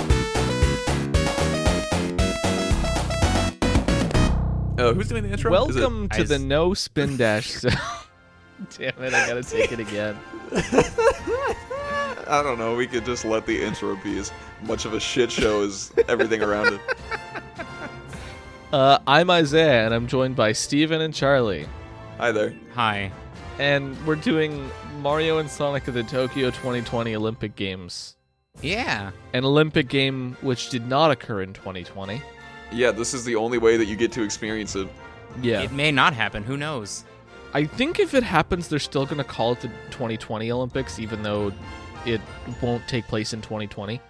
intro? Oh, Who's doing the intro? Is it- Welcome to I the s- no spin dash. zone. Damn it! I gotta take it again. I don't know. We could just let the intro be as much of a shit show as everything around it. Uh, I'm Isaiah, and I'm joined by Steven and Charlie, Hi there. Hi. and we're doing Mario and Sonic at the Tokyo 2020 Olympic Games, Yeah. an Olympic game which did not occur in 2020. Yeah, this is the only way that you get to experience it. Yeah, It may not happen. Who knows? I think if it happens, they're still gonna call it the 2020 Olympics, even though it won't take place in 2020.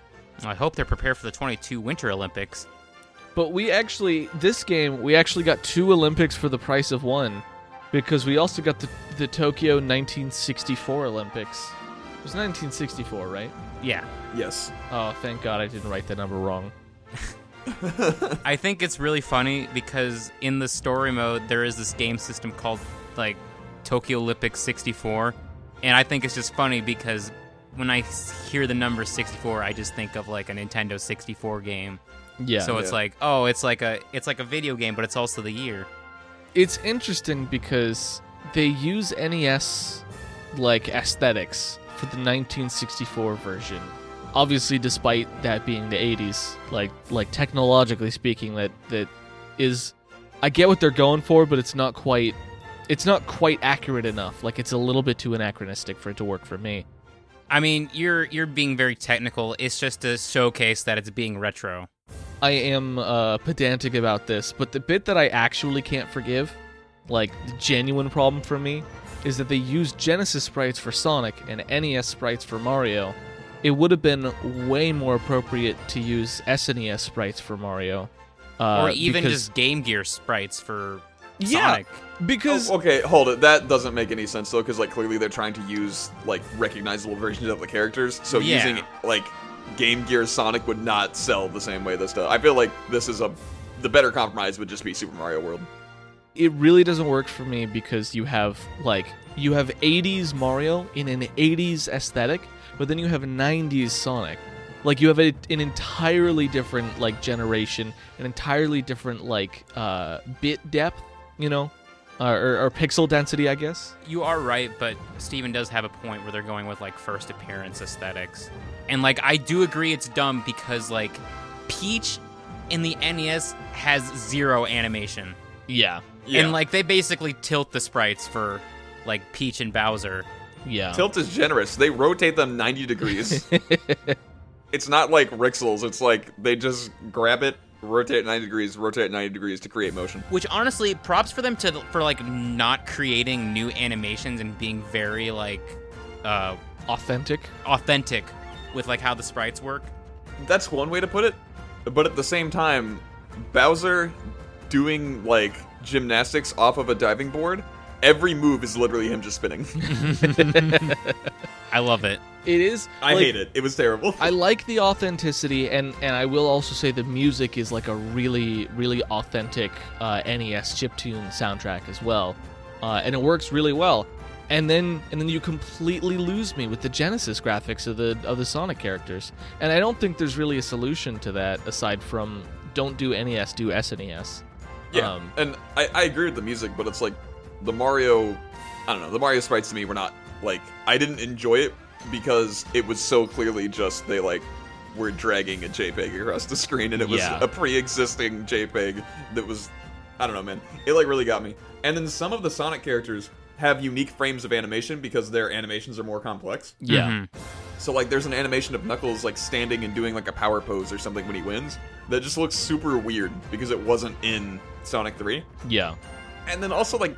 I hope they're prepared for the 22 Winter Olympics. But we actually, this game, we actually got two Olympics for the price of one because we also got the, the Tokyo 1964 Olympics. It was 1964, right? Yeah. Yes. Oh, thank God I didn't write that number wrong. I think it's really funny because in the story mode, there is this game system called, like, Tokyo Olympics 64. And I think it's just funny because when I s- hear the number 64, I just think of, like, a Nintendo 64 game. Yeah. so So it's Yeah. like, oh, it's like a it's like a video game, but it's also the year. it's interesting because they use NES like aesthetics for the 1964 version. Obviously, despite that being the 80s, like like technologically speaking, that that is, I get what they're going for, but it's not quite, it's not quite accurate enough. Like it's a little bit too anachronistic for it to work for me. I mean, you're you're being very technical. It's just to showcase that it's being retro. I am uh, pedantic about this, but the bit that I actually can't forgive, like the genuine problem for me, is that they used Genesis sprites for Sonic and NES sprites for Mario. It would have been way more appropriate to use SNES sprites for Mario, uh, or even because- just Game Gear sprites for Yeah. Sonic. because Oh, okay, hold it. That doesn't make any sense though, because like clearly they're trying to use like recognizable versions of the characters. So Yeah. using like Game Gear Sonic would not sell the same way this does. I feel like this is a the better compromise would just be Super Mario World. it really doesn't work for me because you have like you have 80s Mario in an 80s aesthetic, but then you have 90s Sonic. Like you have a, an entirely different like generation, an entirely different like uh, bit depth, you know, uh, or, or pixel density, I guess. You are right, but Steven does have a point where they're going with like first appearance aesthetics. And like I do agree it's dumb because like Peach in the NES has zero animation. Yeah, Yeah. And like they basically tilt the sprites for like Peach and Bowser. yeah. Oh. Tilt is generous. They rotate them 90 degrees. it's not like Rixels. It's like they just grab it, rotate 90 degrees, rotate 90 degrees to create motion. Which honestly, props for them to for like not creating new animations and being very like uh Authentic. authentic with like how the sprites work. That's one way to put it. But at the same time, Bowser doing like gymnastics off of a diving board, every move is literally him just spinning. I love it. It is. I like, hate it. It was terrible. I like the authenticity, and and I will also say the music is like a really really authentic uh, NES chiptune soundtrack as well, uh, and it works really well. And then and then you completely lose me with the Genesis graphics of the of the Sonic characters, and I don't think there's really a solution to that aside from don't do NES, do SNES. yeah. um, and I, I agree with the music, but it's like the Mario. I don't know. The Mario sprites to me were not like I didn't enjoy it because it was so clearly just they like were dragging a JPEG across the screen, and it was Yeah. a pre-existing JPEG that was. I don't know, man. It like really got me. And then some of the Sonic characters have unique frames of animation because their animations are more complex. Yeah, Mm-hmm. So like there's an animation of Knuckles like standing and doing like a power pose or something when he wins that just looks super weird because it wasn't in Sonic 3. yeah, And then also like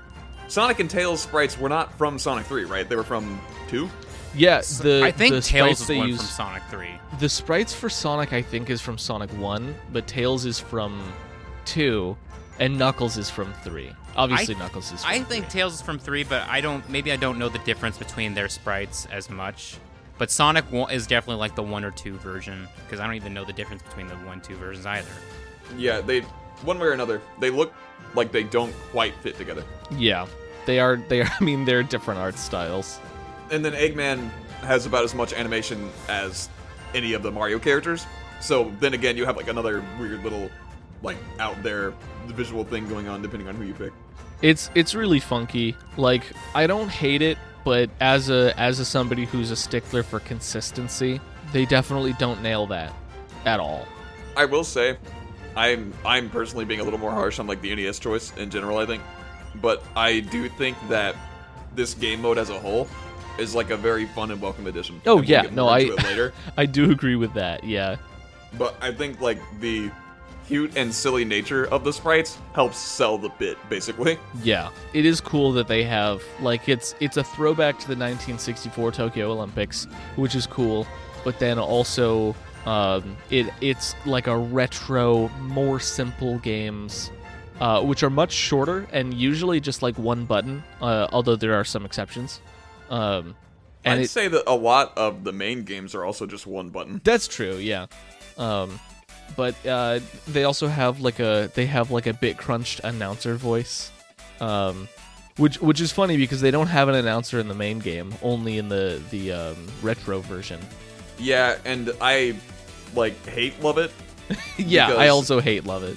Sonic and Tails sprites were not from Sonic 3, right? They were from 2. yeah. The I think the sprites Tails is they one use- from Sonic 3. The sprites for Sonic, I think, is from Sonic 1, but Tails is from 2, and Knuckles is from 3. Obviously, I- Knuckles is from I think Tails is from 3, but I don't maybe I don't know the difference between their sprites as much. But Sonic one, is definitely like the 1 or 2 version because I don't even know the difference between the 1 2 versions either. Yeah, they one way or another, they look like they don't quite fit together. 3. Yeah. They are, they are, I mean, they're different art styles. And then Eggman has about as much animation as any of the Mario characters. So then again, you have like another weird little like out there visual thing going on depending on who you pick. It's it's really funky. Like I don't hate it, but as a as a somebody who's a stickler for consistency, they definitely don't nail that at all. I will say, I'm I'm personally being a little more harsh on like the NES choice in general. I think, but I do think that this game mode as a whole is like a very fun and welcome addition. Oh, And we'll yeah. get No, more I- into it later. I do agree with that. Yeah. but I think like the cute and silly nature of the sprites helps sell the bit basically. Yeah. It is cool that they have like it's it's a throwback to the 1964 Tokyo Olympics, which is cool, but then also um, it it's like a retro, more simple games, uh, which are much shorter and usually just like one button. Uh, although there are some exceptions, um, and I'd it, say that a lot of the main games are also just one button. That's true, yeah. Um, but uh, they also have like a they have like a bit crunched announcer voice, um, which which is funny because they don't have an announcer in the main game, only in the the um, retro version. Yeah, and I like hate love it. yeah, I Because- also hate love it.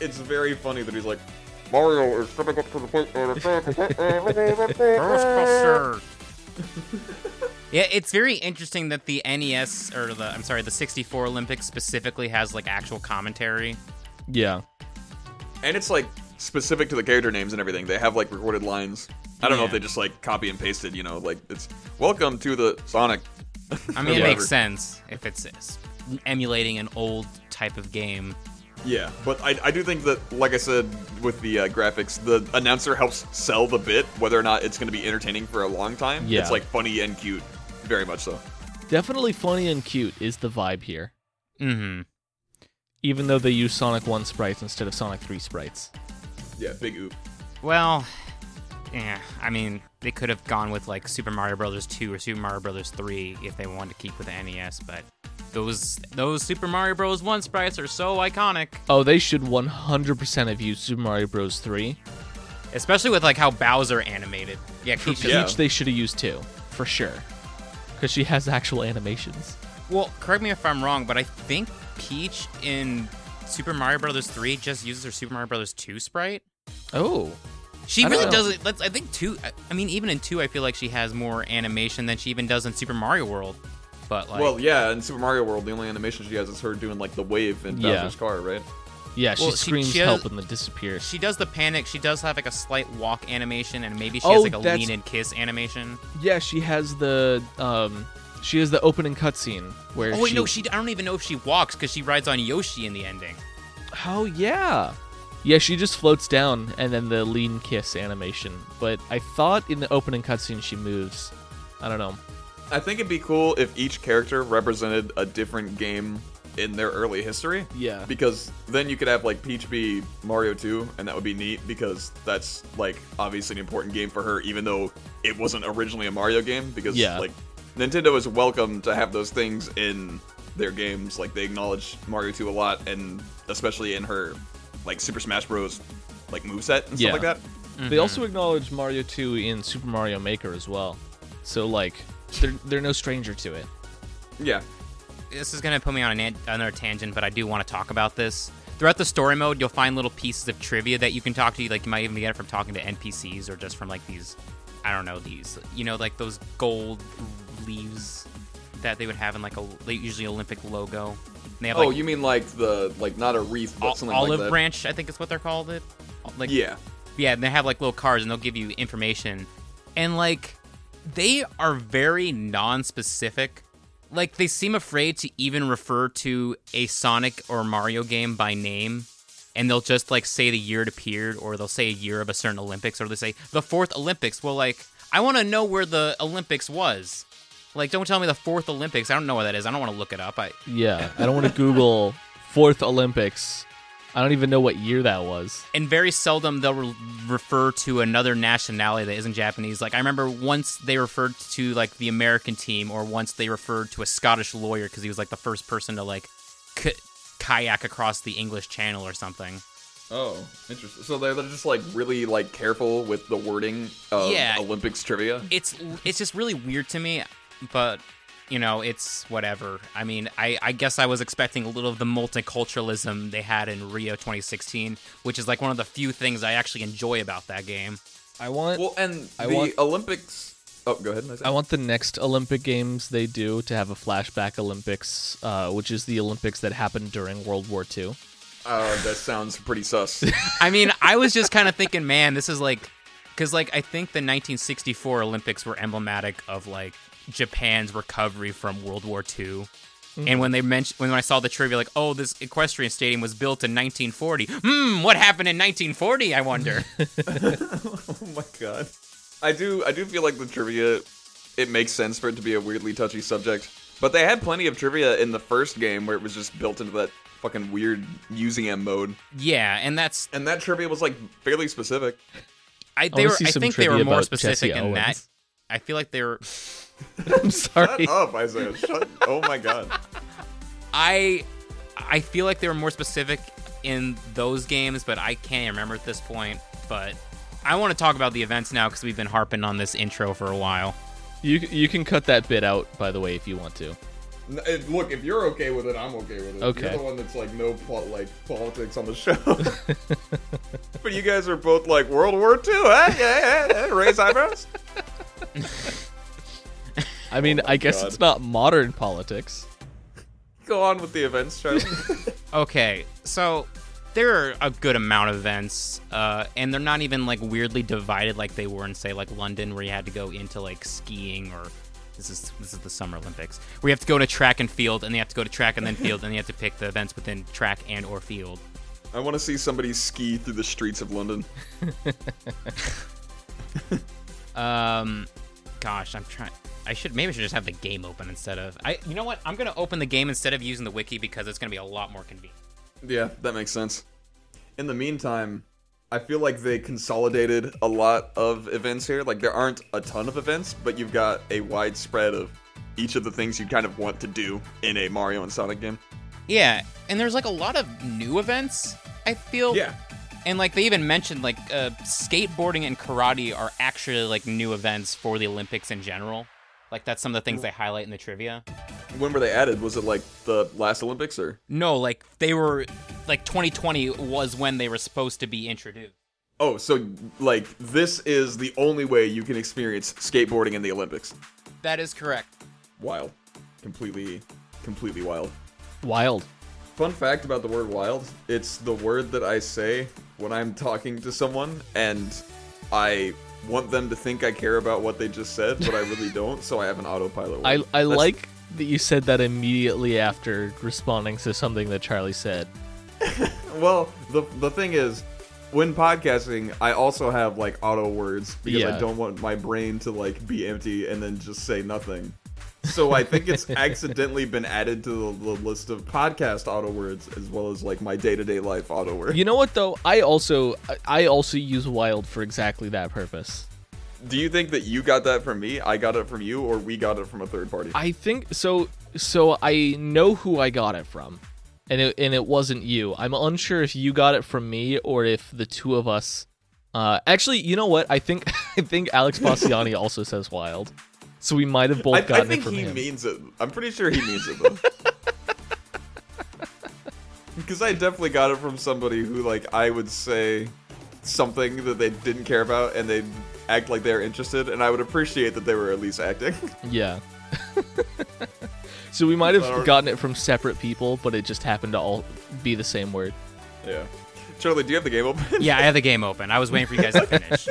It's very funny that he's like, Mario is coming up to the plate and Yeah, it's very interesting that the NES or the I'm sorry, the 64 Olympics specifically has like actual commentary. Yeah, and it's like specific to the character names and everything. They have like recorded lines. I don't know if Yeah. they just like copy and pasted. You know, like it's welcome to the Sonic. I mean, it Whatever. makes sense if it's s- emulating an old type of game. Yeah, but I, I do think that, like I said with the uh, graphics, the announcer helps sell the bit, whether or not it's going to be entertaining for a long time. Yeah. It's like funny and cute, very much so. definitely funny and cute is the vibe here, Mm-hmm. even though they use Sonic One sprites instead of Sonic Three sprites. Yeah, big oop. Well, yeah, I mean, they could have gone with like Super Mario Brothers 2 or Super Mario Brothers 3 if they wanted to keep with the NES, but those those Super Mario Bros 1 sprites are so iconic, Oh, they should 100% have used Super Mario Bros. 3. especially with like how Bowser animated. Yeah, keep Yeah. Peach, they should have used two for sure, because she has actual animations. Well, correct me if I'm wrong, but I think Peach in Super Mario Brothers 3 just uses her Super Mario Brothers 2 sprite. Oh, She I don't really know. doesn't. Let's. I think two. I- I mean, even in two, I feel like she has more animation than she even does in Super Mario World. But like, well, yeah, in Super Mario World, the only animation she has is her doing like the wave in Yeah. Bowser's car, right? yeah, she Well, she- screams she has- help and then disappears. she does the panic. She does have like a slight walk animation, and maybe she Oh, has like a that's- lean and kiss animation. Yeah, she has the um, she has the opening cutscene where Oh wait, she, no, she. I don't even know if she walks because she rides on Yoshi in the ending. oh yeah, yeah, she just floats down and then the lean kiss animation. But I thought in the opening cutscene she moves. I don't know. I think it'd be cool if each character represented a different game in their early history. Yeah. Because then you could have like Peach be Mario 2, and that would be neat because that's like obviously an important game for her, even though it wasn't originally a Mario game. Because Yeah. like Nintendo is welcome to have those things in their games. Like they acknowledge Mario 2 a lot, and especially in her like Super Smash Bros. like moveset and Yeah. stuff like that. Mm-hmm. They also acknowledge Mario 2 in Super Mario Maker as well, so like they're they're no stranger to it. Yeah. this is gonna put me on an an- another tangent, but I do want to talk about this. Throughout the story mode, you'll find little pieces of trivia that you can talk to. Like you might even get it from talking to NPCs or just from like these, I don't know these, you know, like those gold leaves that they would have in like a like, usually Olympic logo. And they have oh, like you mean like the like not a wreath, but ol- something olive like that. branch, I think is what they're called. It like Yeah. yeah, and they have like little cards and they'll give you information. And like they are very non-specific. Like they seem afraid to even refer to a Sonic or Mario game by name. And they'll just like say the year it appeared or they'll say a year of a certain Olympics or they say the fourth Olympics. Well, like I want to know where the Olympics was. Like don't tell me the fourth Olympics. I don't know where that is. I don't want to look it up. I Yeah, I don't want to Google fourth Olympics. I don't even know what year that was. and very seldom they'll re- refer to another nationality that isn't Japanese. Like I remember once they referred to like the American team, or once they referred to a Scottish lawyer because he was like the first person to like k- kayak across the English Channel or something. Oh, interesting. So they're, they're just like really like careful with the wording of Yeah. Olympics trivia. It's it's just really weird to me, but you know, it's whatever. I mean, I, I guess I was expecting a little of the multiculturalism they had in Rio 2016, which is like one of the few things I actually enjoy about that game. I want Well, and I the want- Olympics. Oh, go ahead. Isaiah. I want the next Olympic Games they do to have a flashback Olympics, uh, which is the Olympics that happened during World War II. Uh, that sounds pretty sus. Oh I mean, I was just kind of thinking, man, this is like, because like I think the 1964 Olympics were emblematic of like Japan's recovery from World War II. Mm-hmm. And when they mentioned, when I saw the trivia, like, oh, this equestrian stadium was built in 1940. Hmm, what happened in 1940? I wonder. oh my god. I do. I do feel like the trivia. It makes sense for it to be a weirdly touchy subject, but they had plenty of trivia in the first game where it was just built into that fucking weird museum mode, yeah, and that's and that trivia was like fairly specific. I. I They wanna were. see I some think they were trivia more about Jesse specific in that. Owens. I feel like they were. I'm sorry. Shut up, Isaiah. Shut. Oh my god. I I feel like they were more specific in those games, but I can't remember at this point. But I want to talk about the events now because we've been harping on this intro for a while. You you can cut that bit out, by the way, if you want to. N- if- Look, if you're okay with it, I'm okay with it. Okay. You're the one that's like no plot, like politics on the show. but you guys are both like World War II, huh? Yeah, yeah, yeah. Raise eyebrows. I mean, I guess Oh God. it's not modern politics. Go on with the events, Charlie. Okay, so there are a good amount of events, uh, and they're not even like weirdly divided like they were in say like London, where you had to go into like skiing or this is this is the Summer Olympics, where you have to go to track and field, and you have to go to track and then field, and you have to pick the events within track and or field. I want to see somebody ski through the streets of London. Um, gosh, I'm trying. I should maybe I should just have the game open instead of I. You know what? I'm gonna open the game instead of using the wiki because it's gonna be a lot more convenient. Yeah, that makes sense. In the meantime, I feel like they consolidated a lot of events here. Like there aren't a ton of events, but you've got a wide spread of each of the things you kind of want to do in a Mario and Sonic game. Yeah, and there's like a lot of new events. I feel. And like they even mentioned like uh, skateboarding and karate are actually like new events for the Olympics in general. Like that's some of the things they highlight in the trivia. When were they added? Was it like the last Olympics or? No, like they were like 2020 was when they were supposed to be introduced. Oh, so like this is the only way you can experience skateboarding in the Olympics. That is correct. Wild. Completely, completely wild. Wild. Fun fact about the word wild it's the word that I say when I'm talking to someone and I want them to think I care about what they just said, but I really don't, so I have an autopilot. I word. I That's- like that you said that immediately after responding to something that Charlie said. Well, the, the thing is, when podcasting, I also have like auto words because I Yeah. don't want my brain to like be empty and then just say nothing. So I think it's accidentally been added to the, the list of podcast auto words as well as like my day to day life auto word. You know what though? I also I also use wild for exactly that purpose. Do you think that you got that from me? I got it from you, or we got it from a third party? I think so. So I know who I got it from, and it and it wasn't you. I'm unsure if you got it from me or if the two of us. Uh, actually, you know what? I think I think Alex Bassiani also says wild, so we might have both I, I gotten think it from he him. means it. I'm pretty sure he means it though. Because I definitely got it from somebody who, like, I would say something that they didn't care about, and they'd act like they were interested, and I would appreciate that they were at least acting. yeah. so we might But our- have gotten it from separate people, but it just happened to all be the same word. yeah. Charlie, do you have the game open? Yeah, I had the game open. I was waiting for you guys to finish.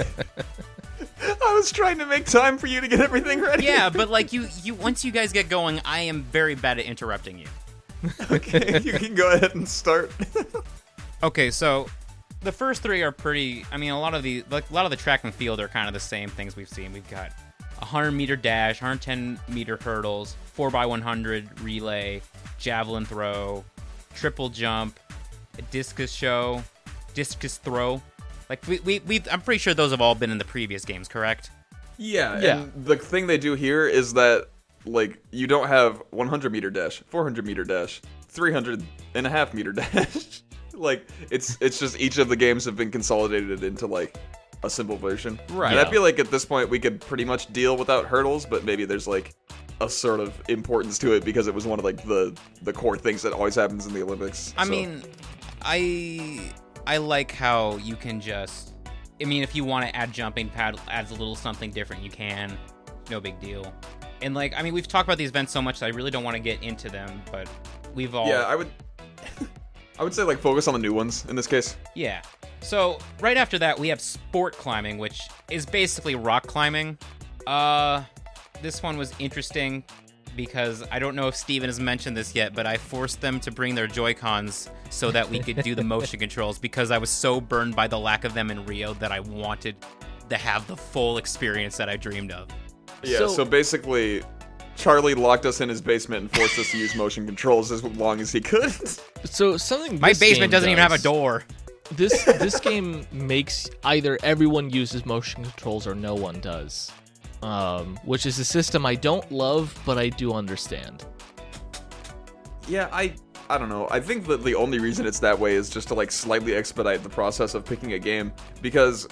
I was trying to make time for you to get everything ready. yeah, but like you, you once you guys get going, I am very bad at interrupting you. okay, you can go ahead and start. Okay, so the first three are pretty. I mean, a lot of the like a lot of the track and field are kind of the same things we've seen. We've got a hundred meter dash, hundred ten meter hurdles, four x one hundred relay, javelin throw, triple jump, a discus show, discus throw. Like we, we, we, I'm pretty sure those have all been in the previous games, correct? Yeah, Yeah. And the thing they do here is that like you don't have 100 meter dash, 400 meter dash, 300 and a half meter dash. like it's it's just each of the games have been consolidated into like a simple version. Right. And I Yeah. feel like at this point we could pretty much deal without hurdles, but maybe there's like a sort of importance to it because it was one of like the the core things that always happens in the Olympics. I so- mean, I I like how you can just. I mean, if you want to add jumping pad, adds a little something different, you can. No big deal. And like, I mean, we've talked about these events so much that I really don't want to get into them, but we've all yeah, I would. I would say like focus on the new ones in this case. Yeah. So right after that, we have sport climbing, which is basically rock climbing. Uh, this one was interesting because I don't know if Steven has mentioned this yet, but I forced them to bring their Joy Cons so that we could do the motion controls because I was so burned by the lack of them in Rio that I wanted to have the full experience that I dreamed of. Yeah. So- So, basically, Charlie locked us in his basement and forced us to use motion controls as long as he could. So something My this game basement doesn't even have a does- door. This this game makes either everyone uses motion controls or no one does, um, which is a system I don't love but I do understand. yeah, I. I don't know. I think that the only reason it's that way is just to like slightly expedite the process of picking a game because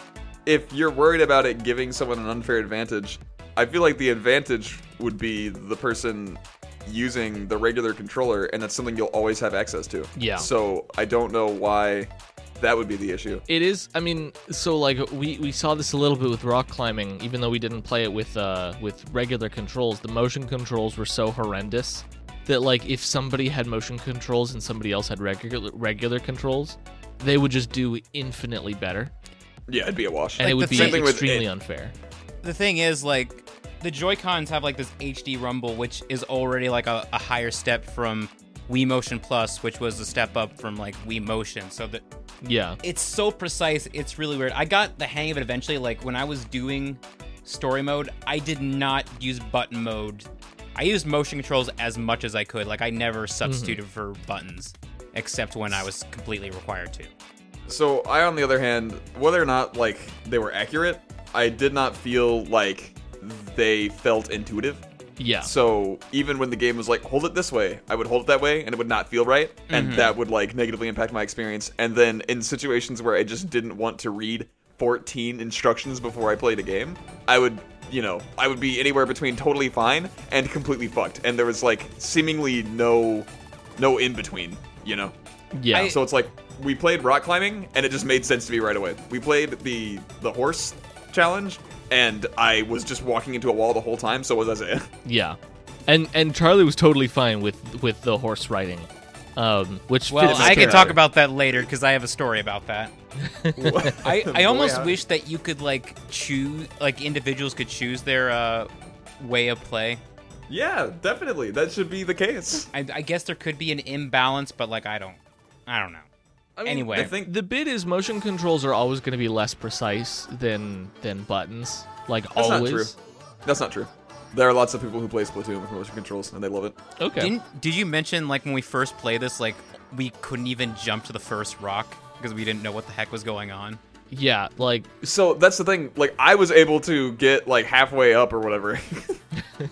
if you're worried about it giving someone an unfair advantage, I feel like the advantage would be the person using the regular controller and that's something you'll always have access to. Yeah. So I don't know why that would be the issue. It is. I mean, so like we we saw this a little bit with rock climbing, even though we didn't play it with uh with regular controls. The motion controls were so horrendous that like if somebody had motion controls and somebody else had regular regular controls, they would just do infinitely better, Yeah, it'd be a wash. and it would the be same thing with extremely it- unfair. the thing is like the joy cons have like this hd rumble which is already like a, a higher step from wii motion plus which was a step up from like wii motion so that Yeah. it's so precise it's really weird i got the hang of it eventually like when i was doing story mode i did not use button mode i used motion controls as much as i could like i never substituted for buttons except when i was completely required to So I, on the other hand, whether or not like they were accurate, I did not feel like they felt intuitive. Yeah. So even when the game was like, hold it this way, I would hold it that way, and it would not feel right, and that would like negatively impact my experience. And then in situations where I just didn't want to read 14 instructions before I played a game, I would, you know, I would be anywhere between totally fine and completely fucked. And there was like seemingly no, no in between, you know. yeah. I- So it's like we played rock climbing, and it just made sense to me right away. We played the the horse challenge, and I was just walking into a wall the whole time. So was Isaiah. yeah. And and Charlie was totally fine with with the horse riding, um, which Well, fits his I can character. talk about that later because I have a story about that. I, I almost yeah. wish that you could like choose, like individuals could choose their uh, way of play. yeah, definitely. That should be the case. I, I guess there could be an imbalance, but like I don't, I don't know. I Anyway. I think The bit is motion controls are always going to be less precise than than buttons. Like that's always. not true. That's not true. There are lots of people who play Splatoon with motion controls, and they love it. Okay. Didn't did you mention like when we first played this, like we couldn't even jump to the first rock because we didn't know what the heck was going on? yeah, like So that's the thing. Like I was able to get like halfway up or whatever.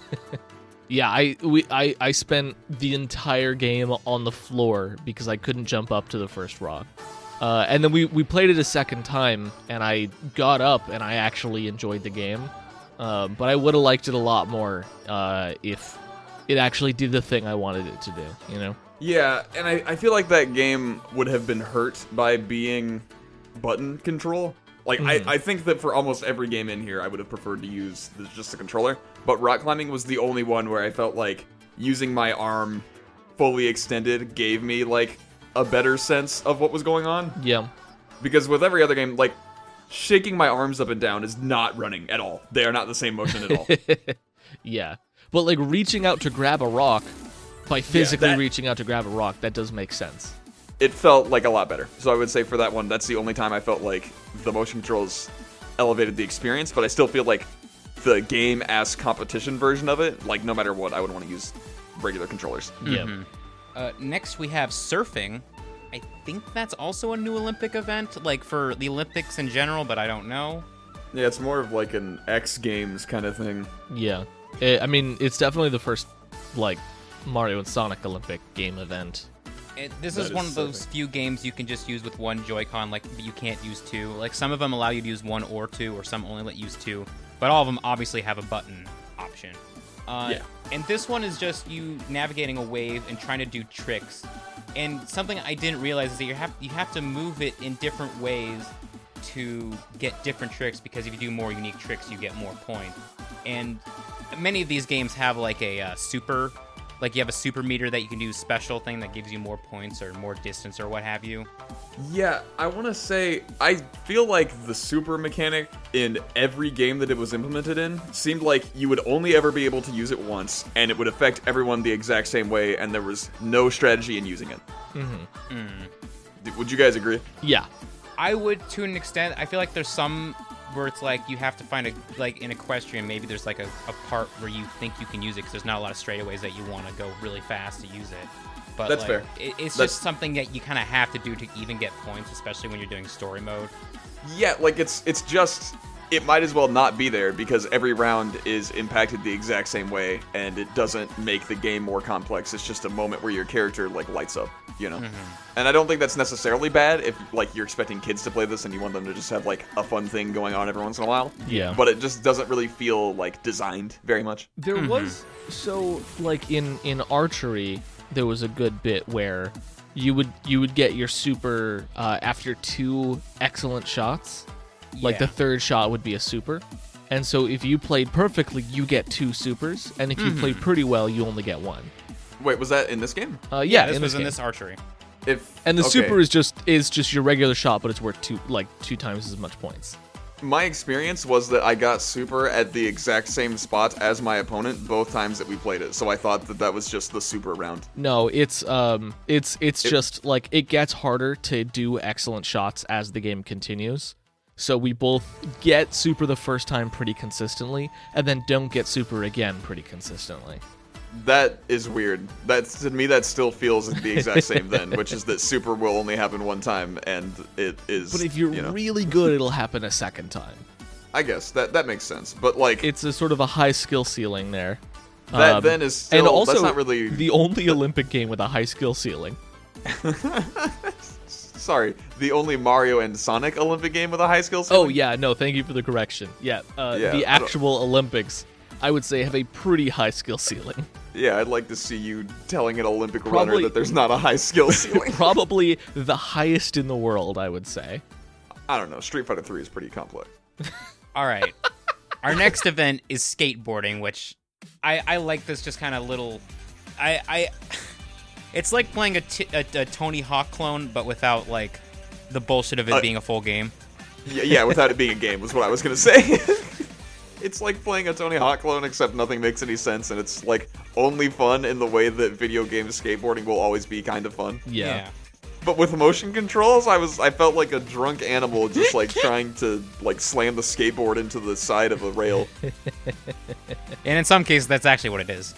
yeah, I we I I spent the entire game on the floor because I couldn't jump up to the first rock. Uh, and then we, we played it a second time, and I got up and I actually enjoyed the game. Um, but I would have liked it a lot more uh, if it actually did the thing I wanted it to do, you know? Yeah, and I, I feel like that game would have been hurt by being button control. Like, I, I think that for almost every game in here, I would have preferred to use the, just the controller. But rock climbing was the only one where I felt like using my arm fully extended gave me, like, a better sense of what was going on. Yeah. Because with every other game, like, shaking my arms up and down is not running at all. They are not the same motion at all. Yeah. But like reaching out to grab a rock by physically that- reaching out to grab a rock, that does make sense. it felt like a lot better. So I would say for that one, that's the only time I felt like the motion controls elevated the experience, but I still feel like the game ass competition version of it, like no matter what, I would want to use regular controllers. Yeah. Uh, next, we have surfing. I think that's also a new Olympic event, like for the Olympics in general, but I don't know. Yeah, it's more of like an X Games kind of thing. Yeah. Eh, I mean, it's definitely the first like Mario and Sonic Olympic game event. It, this That is is one of those serving. few games you can just use with one Joy-Con, like you can't use two. Like some of them allow you to use one or two, or some only let you use two. But all of them obviously have a button option. Uh, Yeah. And this one is just you navigating a wave and trying to do tricks. And something I didn't realize is that you have you have to move it in different ways to get different tricks because if you do more unique tricks, you get more points. And many of these games have like a uh, super, like you have a super meter that you can do special thing that gives you more points or more distance or what have you. Yeah, I want to say I feel like the super mechanic in every game that it was implemented in seemed like you would only ever be able to use it once, and it would affect everyone the exact same way, and there was no strategy in using it. Mm-hmm. Would you guys agree? Yeah. I would to an extent. I feel like there's some where it's like you have to find a like in equestrian maybe there's like a, a part where you think you can use it because there's not a lot of straightaways that you want to go really fast to use it. But That's like, fair. It, it's That's- just something that you kind of have to do to even get points, especially when you're doing story mode. Yeah, like it's it's just it might as well not be there because every round is impacted the exact same way, and it doesn't make the game more complex. It's just a moment where your character like lights up, you know. Mm-hmm. And I don't think that's necessarily bad if like you're expecting kids to play this and you want them to just have like a fun thing going on every once in a while. Yeah. But it just doesn't really feel like designed very much. There Mm-hmm. was so like in in archery, there was a good bit where you would you would get your super uh, after two excellent shots. Like the Yeah. third shot would be a super. And so if you played perfectly, you get two supers, and if Mm-hmm. you played pretty well, you only get one. Wait, was that in this game? Uh, yeah, this in was this in game. this archery. If And the okay. super is just is just your regular shot, but it's worth two like two times as much points. My experience was that I got super at the exact same spot as my opponent both times that we played it, so I thought that that was just the super round. No, it's um it's it's just like it gets harder to do excellent shots as the game continues. So we both get super the first time pretty consistently and then don't get super again pretty consistently. That is weird. That's to me that still feels the exact same then, which is that super will only happen one time, and it is. But if you're you know, really good, it'll happen a second time. I guess that that makes sense. But like It's a sort of a high skill ceiling there. that um, then is still, and also that's not really. the only Olympic game with a high skill ceiling. sorry, the only Mario and Sonic Olympic game with a high skill. Oh ceiling? yeah, no, thank you for the correction. Yeah, uh, Yeah, the I don't- actual Olympics, I would say, have a pretty high skill ceiling. yeah. I'd like to see you telling an Olympic runner Probably- that there's not a high skill ceiling. Probably the highest in the world, I would say. I don't know. Street Fighter Three is pretty complex. All right. Our next event is skateboarding, which I, I like this just kind of little. I, I it's like playing a, t- a, a Tony Hawk clone, but without like the bullshit of it Uh, being a full game. Yeah, yeah, without it being a game was what I was gonna say. it's like playing a Tony Hawk clone, except nothing makes any sense, and it's like only fun in the way that video game skateboarding will always be kind of fun. Yeah. But with motion controls, I was I felt like a drunk animal just like trying to like slam the skateboard into the side of a rail. And in some cases, that's actually what it is.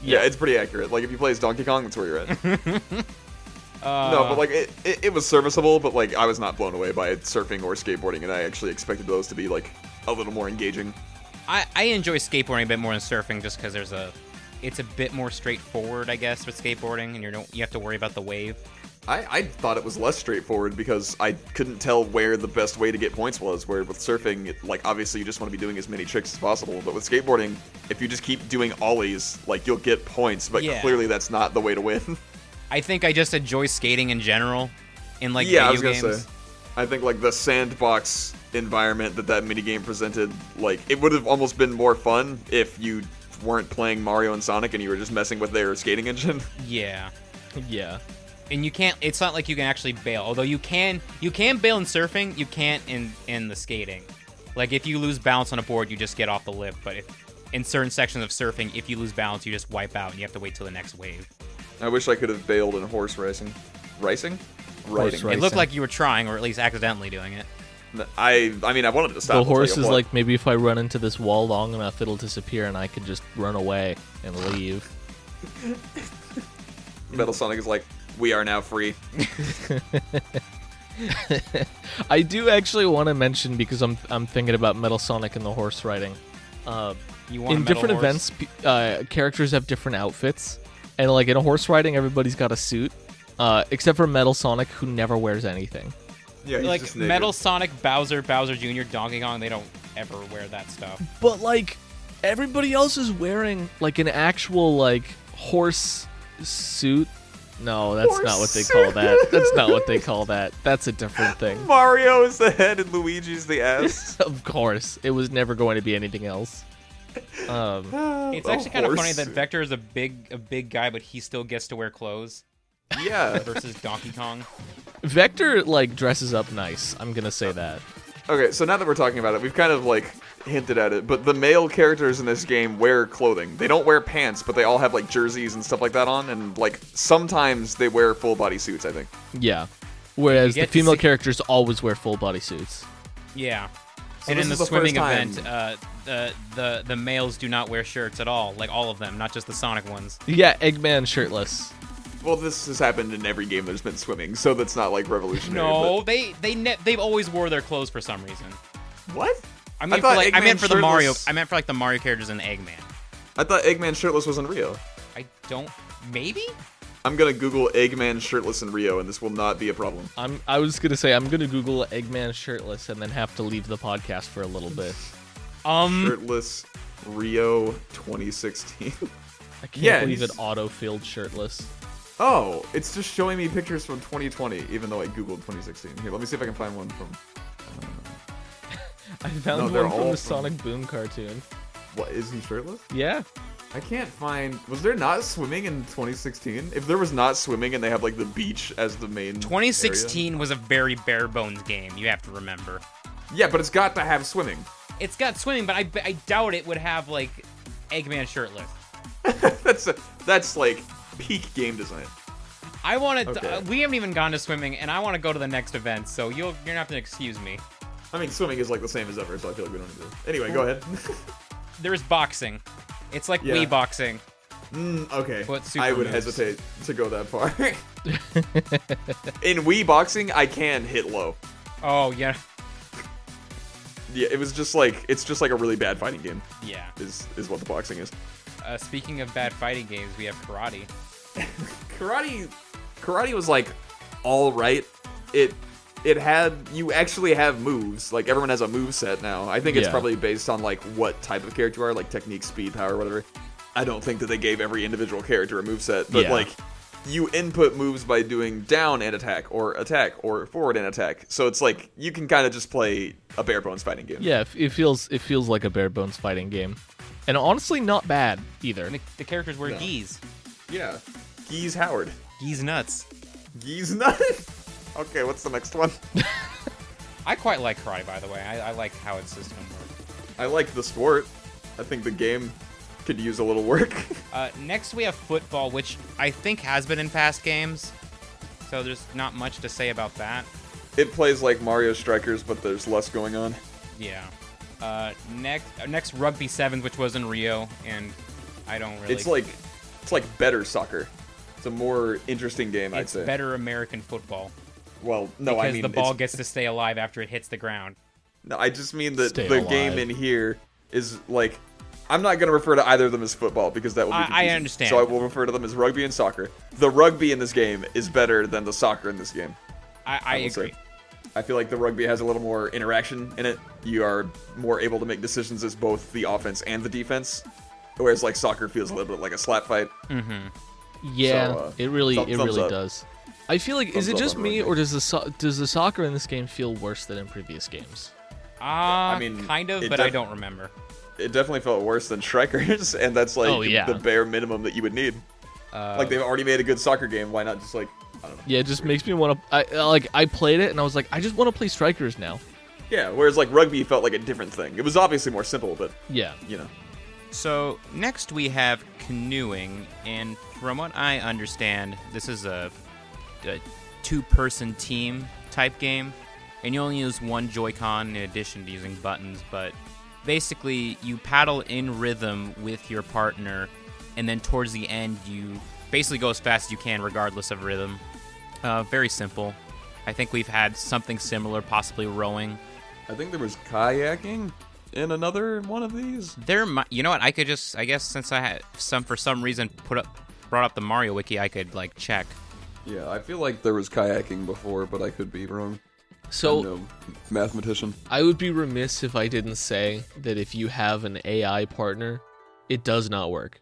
Yeah, it's pretty accurate. Like if you play as Donkey Kong, that's where you're at. no, but like it, it, it was serviceable, but like I was not blown away by surfing or skateboarding, and I actually expected those to be like a little more engaging. I, I enjoy skateboarding a bit more than surfing just because there's a. It's a bit more straightforward, I guess, with skateboarding, and you don't you have to worry about the wave. I, I thought it was less straightforward because I couldn't tell where the best way to get points was. Where with surfing, it, like obviously you just want to be doing as many tricks as possible, but with skateboarding, if you just keep doing ollies, like you'll get points, but Yeah. clearly that's not the way to win. I think I just enjoy skating in general, in like yeah, I was video gonna games. say, I think like the sandbox environment that that minigame presented, like it would have almost been more fun if you weren't playing Mario and Sonic and you were just messing with their skating engine. Yeah. Yeah. and you can't it's not like you can actually bail although you can you can bail in surfing you can't in in the skating like if you lose balance on a board you just get off the lip but if in certain sections of surfing if you lose balance you just wipe out and you have to wait till the next wave I wish I could have bailed in horse racing, racing, Horse riding. it looked like you were trying or at least accidentally doing it I I mean I wanted to stop. I'll the tell horse you is what. like, maybe if I run into this wall long enough, it'll disappear and I can just run away and leave. Metal Sonic is like, we are now free. I do actually want to mention because I'm I'm thinking about Metal Sonic and the horse riding. Uh, you want a in metal different horse? events, pe- uh, characters have different outfits, and like in a horse riding, everybody's got a suit, uh, except for Metal Sonic, who never wears anything. Yeah, like metal sonic bowser bowser jr donkey kong they don't ever wear that stuff But like, Everybody else is wearing like an actual like horse suit. No, that's not what they call that. That's not what they call that. That's a different thing. Mario is the head and Luigi's the ass. of course, it was never going to be anything else. Um, it's It's actually kind of funny that Vector is a big a big guy, but he still gets to wear clothes Yeah. versus Donkey Kong. Vector like dresses up nice. I'm gonna say that. Okay, so now that we're talking about it, we've kind of like hinted at it, but the male characters in this game wear clothing. They don't wear pants, but they all have like jerseys and stuff like that on, and like sometimes they wear full body suits. I think. Yeah. Whereas You the get to female see- characters always wear full body suits. Yeah. So and this in the, is the swimming first time- event, uh, the the the males do not wear shirts at all, like all of them, not just the Sonic ones. Yeah, Eggman shirtless. Well, this has happened in every game there's been swimming, so that's not like revolutionary. No, they they ne- they've always wore their clothes for some reason. but- What? I mean, thought for like, I Eggman meant for the Mario. shirtless- I meant for like the Mario characters and Eggman. I thought Eggman shirtless was in Rio. I don't. Maybe. I'm gonna Google Eggman shirtless in Rio, and this will not be a problem. I'm I was gonna say I'm gonna Google Eggman shirtless and then have to leave the podcast for a little bit. Um. Shirtless Rio 2016. I can't Yeah, believe it he's- auto filled shirtless. oh, it's just showing me pictures from 2020, even though I googled 2016. Here, let me see if I can find one from. I found they're one from all from- the Sonic Boom cartoon. What is he shirtless? Yeah. I can't find. Was there not swimming in 2016? If there was not swimming, and they have like the beach as the main. area- 2016 was a very bare bones game. You have to remember. Yeah, but it's got to have swimming. It's got swimming, but I, b- I doubt it would have like Eggman shirtless. That's a, that's like peak game design. I want to. Okay. Uh, we haven't even gone to swimming, and I want to go to the next event. So you'll you're not gonna excuse me. I mean, swimming is like the same as ever, so I feel like we don't need to. Anyway, go ahead. There's boxing. It's like Yeah. Wii boxing. Mm, okay. What super I would moves? hesitate to go that far. in Wii boxing, I can hit low. Oh yeah, Yeah, it was just like it's just like a really bad fighting game. yeah. Is is what the boxing is. Uh, speaking of bad fighting games, we have karate. karate karate was like all right it it had you actually have moves like everyone has a move set now i think it's Yeah. probably based on like what type of character you are like technique speed power whatever i don't think that they gave every individual character a move set but Yeah. like you input moves by doing down and attack or attack or forward and attack so it's like you can kind of just play a bare bones fighting game Yeah, it- it feels it feels like a bare bones fighting game. And honestly not bad either. And the, the characters wear No. geese. yeah geese howard Geese nuts. geese nut okay what's the next one I quite like karate, by the way. I, I like how its system works. I like the sport. I think the game could use a little work. Uh, next, we have football, which I think has been in past games. So there's not much to say about that. it plays like Mario Strikers, but there's less going on. Yeah. Uh, next, uh, next rugby sevens, which was in Rio, and I don't really. It's like it's like better soccer. It's a more interesting game, I'd it's say. better American football Well, no, because I mean the ball it's- gets to stay alive after it hits the ground. No, I just mean that Stay the game in alive. here is like. I'm not going to refer to either of them as football because that would be I- I confusing. understand. So I will refer to them as rugby and soccer. The rugby in this game is better than the soccer in this game. I, I, I will say. agree. I feel like the rugby has a little more interaction in it. You are more able to make decisions as both the offense and the defense, whereas like soccer feels a little bit like a slap fight. Yeah, So, uh, it really thumb- it thumbs really up. does. I feel like Thumbs is it up just on me Rocket. or does the so- does the soccer in this game feel worse than in previous games? Uh, I mean, mean, kind of, it but I def- don't remember. It definitely felt worse than strikers, and that's like Oh, yeah. the bare minimum that you would need. Uh, like they've already made a good soccer game. Why not just like I don't know? Yeah, it just makes me want to. I I- like. I played it and I was like, I just want to play Strikers now. Yeah. Whereas like rugby felt like a different thing. It was obviously more simple, but Yeah, you know. So next we have canoeing, and from what I understand, this is a, a two-person team type game, and you only use one Joy-Con in addition to using buttons. But basically, you paddle in rhythm with your partner, and then towards the end, you basically go as fast as you can, regardless of rhythm. Uh, very simple. I think we've had something similar, possibly rowing. I think there was kayaking in another one of these. There, mi- you know what? I could just, I guess, since I had some for some reason put up, brought up the Mario wiki, I could like check. Yeah, I feel like there was kayaking before, but I could be wrong. So no mathematician. I would be remiss if I didn't say that if you have an AI partner, it does not work.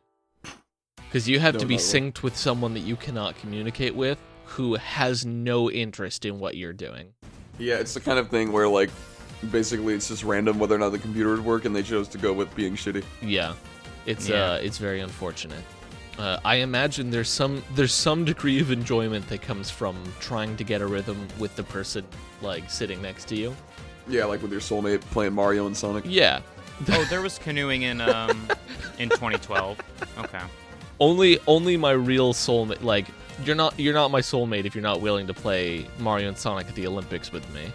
Because you have No, to be not at all. synced with someone that you cannot communicate with who has no interest in what you're doing. Yeah, it's the kind of thing where like basically it's just random whether or not the computer would work, and they chose to go with being shitty. Yeah. It's Yeah. uh it's very unfortunate. Uh, I imagine there's some there's some degree of enjoyment that comes from trying to get a rhythm with the person like sitting next to you. Yeah, like with your soulmate playing Mario and Sonic. Yeah. Oh, there was canoeing in um in 2012. Okay. only only my real soulmate like you're not you're not my soulmate if you're not willing to play Mario and Sonic at the Olympics with me.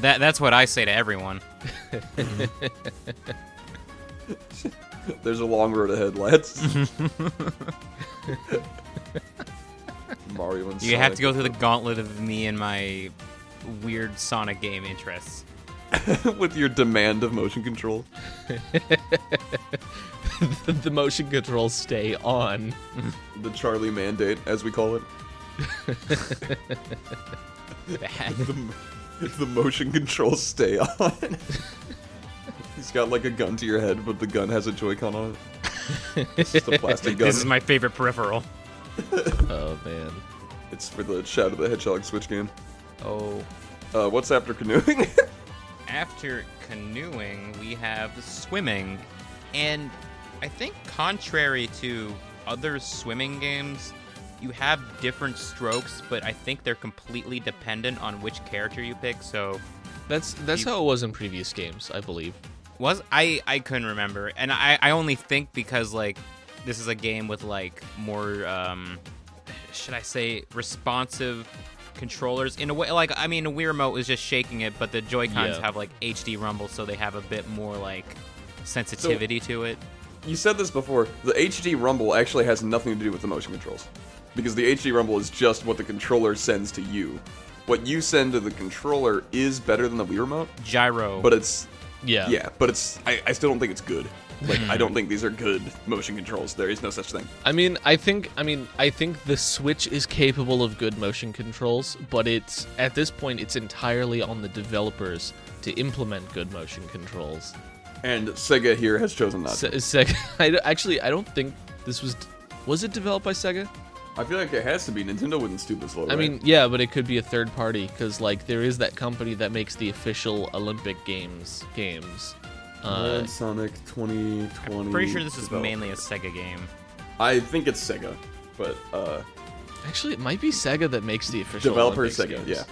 That that's what I say to everyone. There's a long road ahead, lads. Mario and You Sonic. have to go through the gauntlet of me and my weird Sonic game interests. with your demand of motion control. the motion controls stay on. The Charlie mandate, as we call it. The, m- the motion controls stay on. He's got like a gun to your head, but the gun has a Joy-Con on it. It's just a plastic gun. This is my favorite peripheral. Oh man. It's for the Shadow the Hedgehog Switch game. Oh. Uh, what's after canoeing? After canoeing, we have swimming. And I think, contrary to other swimming games, you have different strokes, but I think they're completely dependent on which character you pick. So, That's that's You- how it was in previous games, I believe. was I I couldn't remember, and I I only think because like this is a game with like more um should I say responsive controllers in a way like I mean a Wii remote is just shaking it, but the Joy Cons Yeah. have like HD rumble, so they have a bit more like sensitivity to it. you said this before. The HD rumble actually has nothing to do with the motion controls, because the HD rumble is just what the controller sends to you. What you send to the controller is better than the Wii remote, Gyro, but it's Yeah. Hmm. yeah, but it's I, I still don't think it's good. Like I don't think these are good motion controls. There is no such thing. I mean, I think I mean, I think the Switch is capable of good motion controls, but it's at this point it's entirely on the developers to implement good motion controls. And Sega here has chosen not. Se- to. Sega I don't- actually I don't think this was was it developed by Sega? I feel like it has to be. Nintendo wouldn't stoop this low. I mean, yeah, but it could be a third party because like there is that company that makes the official Olympic games games. Uh, Red Sonic 2020. I'm pretty sure this is developer. mainly a Sega game. I think it's Sega, but uh, actually, it might be Sega that makes the official developer Olympics Sega. games. Yeah.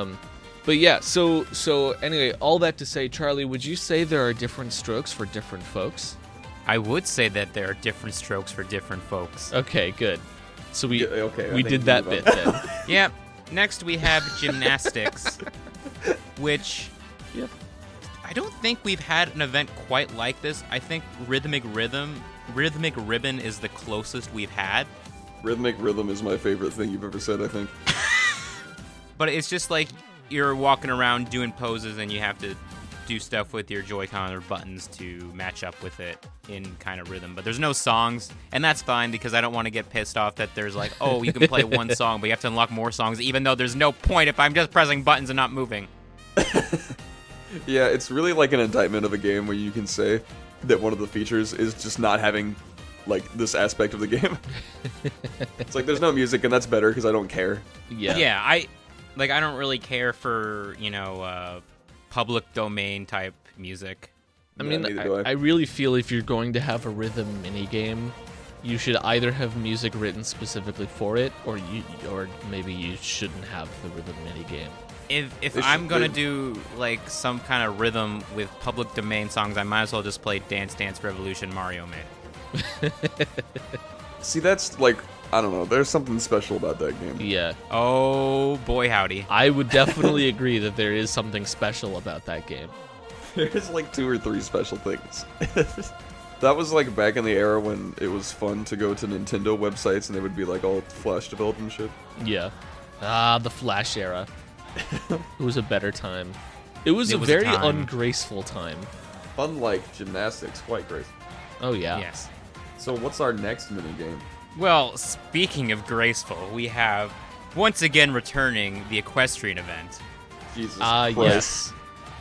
Um, but yeah, so so anyway, all that to say, Charlie, would you say there are different strokes for different folks? I would say that there are different strokes for different folks. Okay, good. So we Yeah, okay, I we think did we that move bit on. then. Yep. Next we have gymnastics, which Yep. I don't think we've had an event quite like this. I think Rhythmic Rhythm, Rhythmic Ribbon is the closest we've had. Rhythmic rhythm is my favorite thing you've ever said. I think. But it's just like you're walking around doing poses and you have to do stuff with your Joy-Con or buttons to match up with it in kind of rhythm. But there's no songs, and that's fine because I don't want to get pissed off that there's like, oh, you can play one song, but you have to unlock more songs, even though there's no point if I'm just pressing buttons and not moving. Yeah, it's really like an indictment of a game where you can say that one of the features is just not having like this aspect of the game. it's like there's no music, and that's better because I don't care. Yeah. yeah i like i don't really care for you know uh public domain type music I Yeah, mean, neither I, do I. I really feel if you're going to have a rhythm mini game, you should either have music written specifically for it, or you, or maybe you shouldn't have the rhythm mini game. if if They should- i'm gonna they- do like some kind of rhythm with public domain songs i might as well just play dance dance revolution mario man See, that's like I don't know. There's something special about that game. Yeah, oh boy howdy I would definitely agree that there is something special about that game. There's like two or three special things. that was like back in the era when it was fun to go to Nintendo websites and they would be like all Flash developed and shit. Yeah. Ah, the Flash era. it was a better time. It was It a was a very time. ungraceful time. Unlike gymnastics, quite great. Oh yeah. yes So what's our next mini game? well speaking of graceful we have once again returning the equestrian event Jesus Ah, Christ. yes.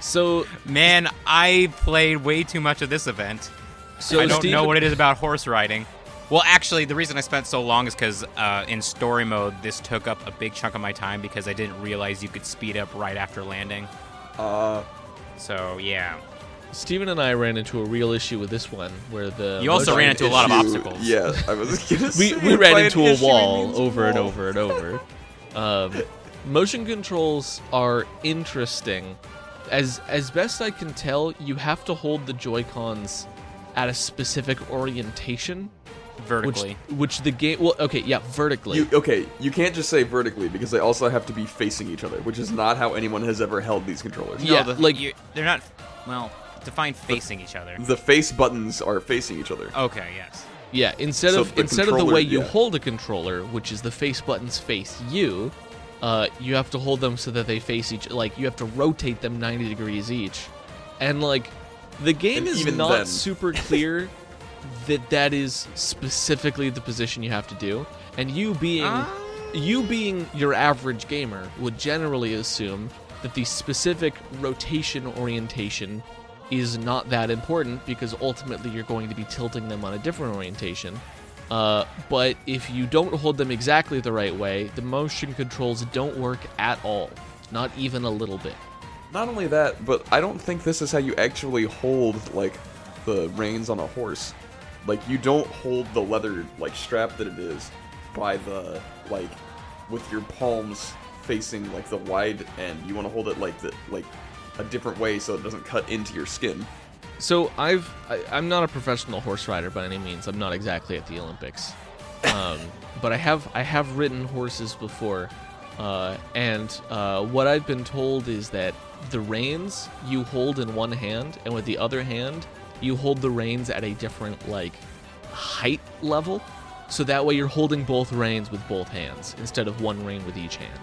So, Man, I played way too much of this event. so I don't Steve, know what it is about horse riding. Well, actually, the reason I spent so long is because uh, in story mode, this took up a big chunk of my time because I didn't realize you could speed up right after landing. Uh, So yeah, Steven and I ran into a real issue with this one where the You also motion- ran into a lot of issue- obstacles. Yeah, I was gonna we, say. we by ran an into a issue, he wall means over and wall. over and over. Um, motion controls are interesting. As as best I can tell, you have to hold the Joy Cons at a specific orientation, which vertically. which the game. Well, okay, yeah, vertically. You, okay, you can't just say vertically because they also have to be facing each other, which is not how anyone has ever held these controllers. Yeah, no, the, like- you, they're not. Well, define facing each other. The face buttons are facing each other. Okay, yes. yeah, instead so of the instead of the controller- way you yeah. hold a controller, which is the face buttons face you, uh, you have to hold them so that they face each. Like you have to rotate them ninety degrees each, and like the game And is even not then- super clear that that is specifically the position you have to do, and you being you being your average gamer would generally assume that the specific rotation orientation is not that important because ultimately you're going to be tilting them on a different orientation. Uh, but if you don't hold them exactly the right way, the motion controls don't work at all, not even a little bit. Not only that, but I don't think this is how you actually hold like the reins on a horse. Like you don't hold the leather like strap that it is by the like with your palms facing like the wide end. You want to hold it like the like a different way so it doesn't cut into your skin. So I've I, I'm not a professional horse rider by any means. I'm not exactly at the Olympics, um, but I have I have ridden horses before, uh, and uh, what I've been told is that the reins you hold in one hand, and with the other hand you hold the reins at a different like height level, so that way you're holding both reins with both hands instead of one rein with each hand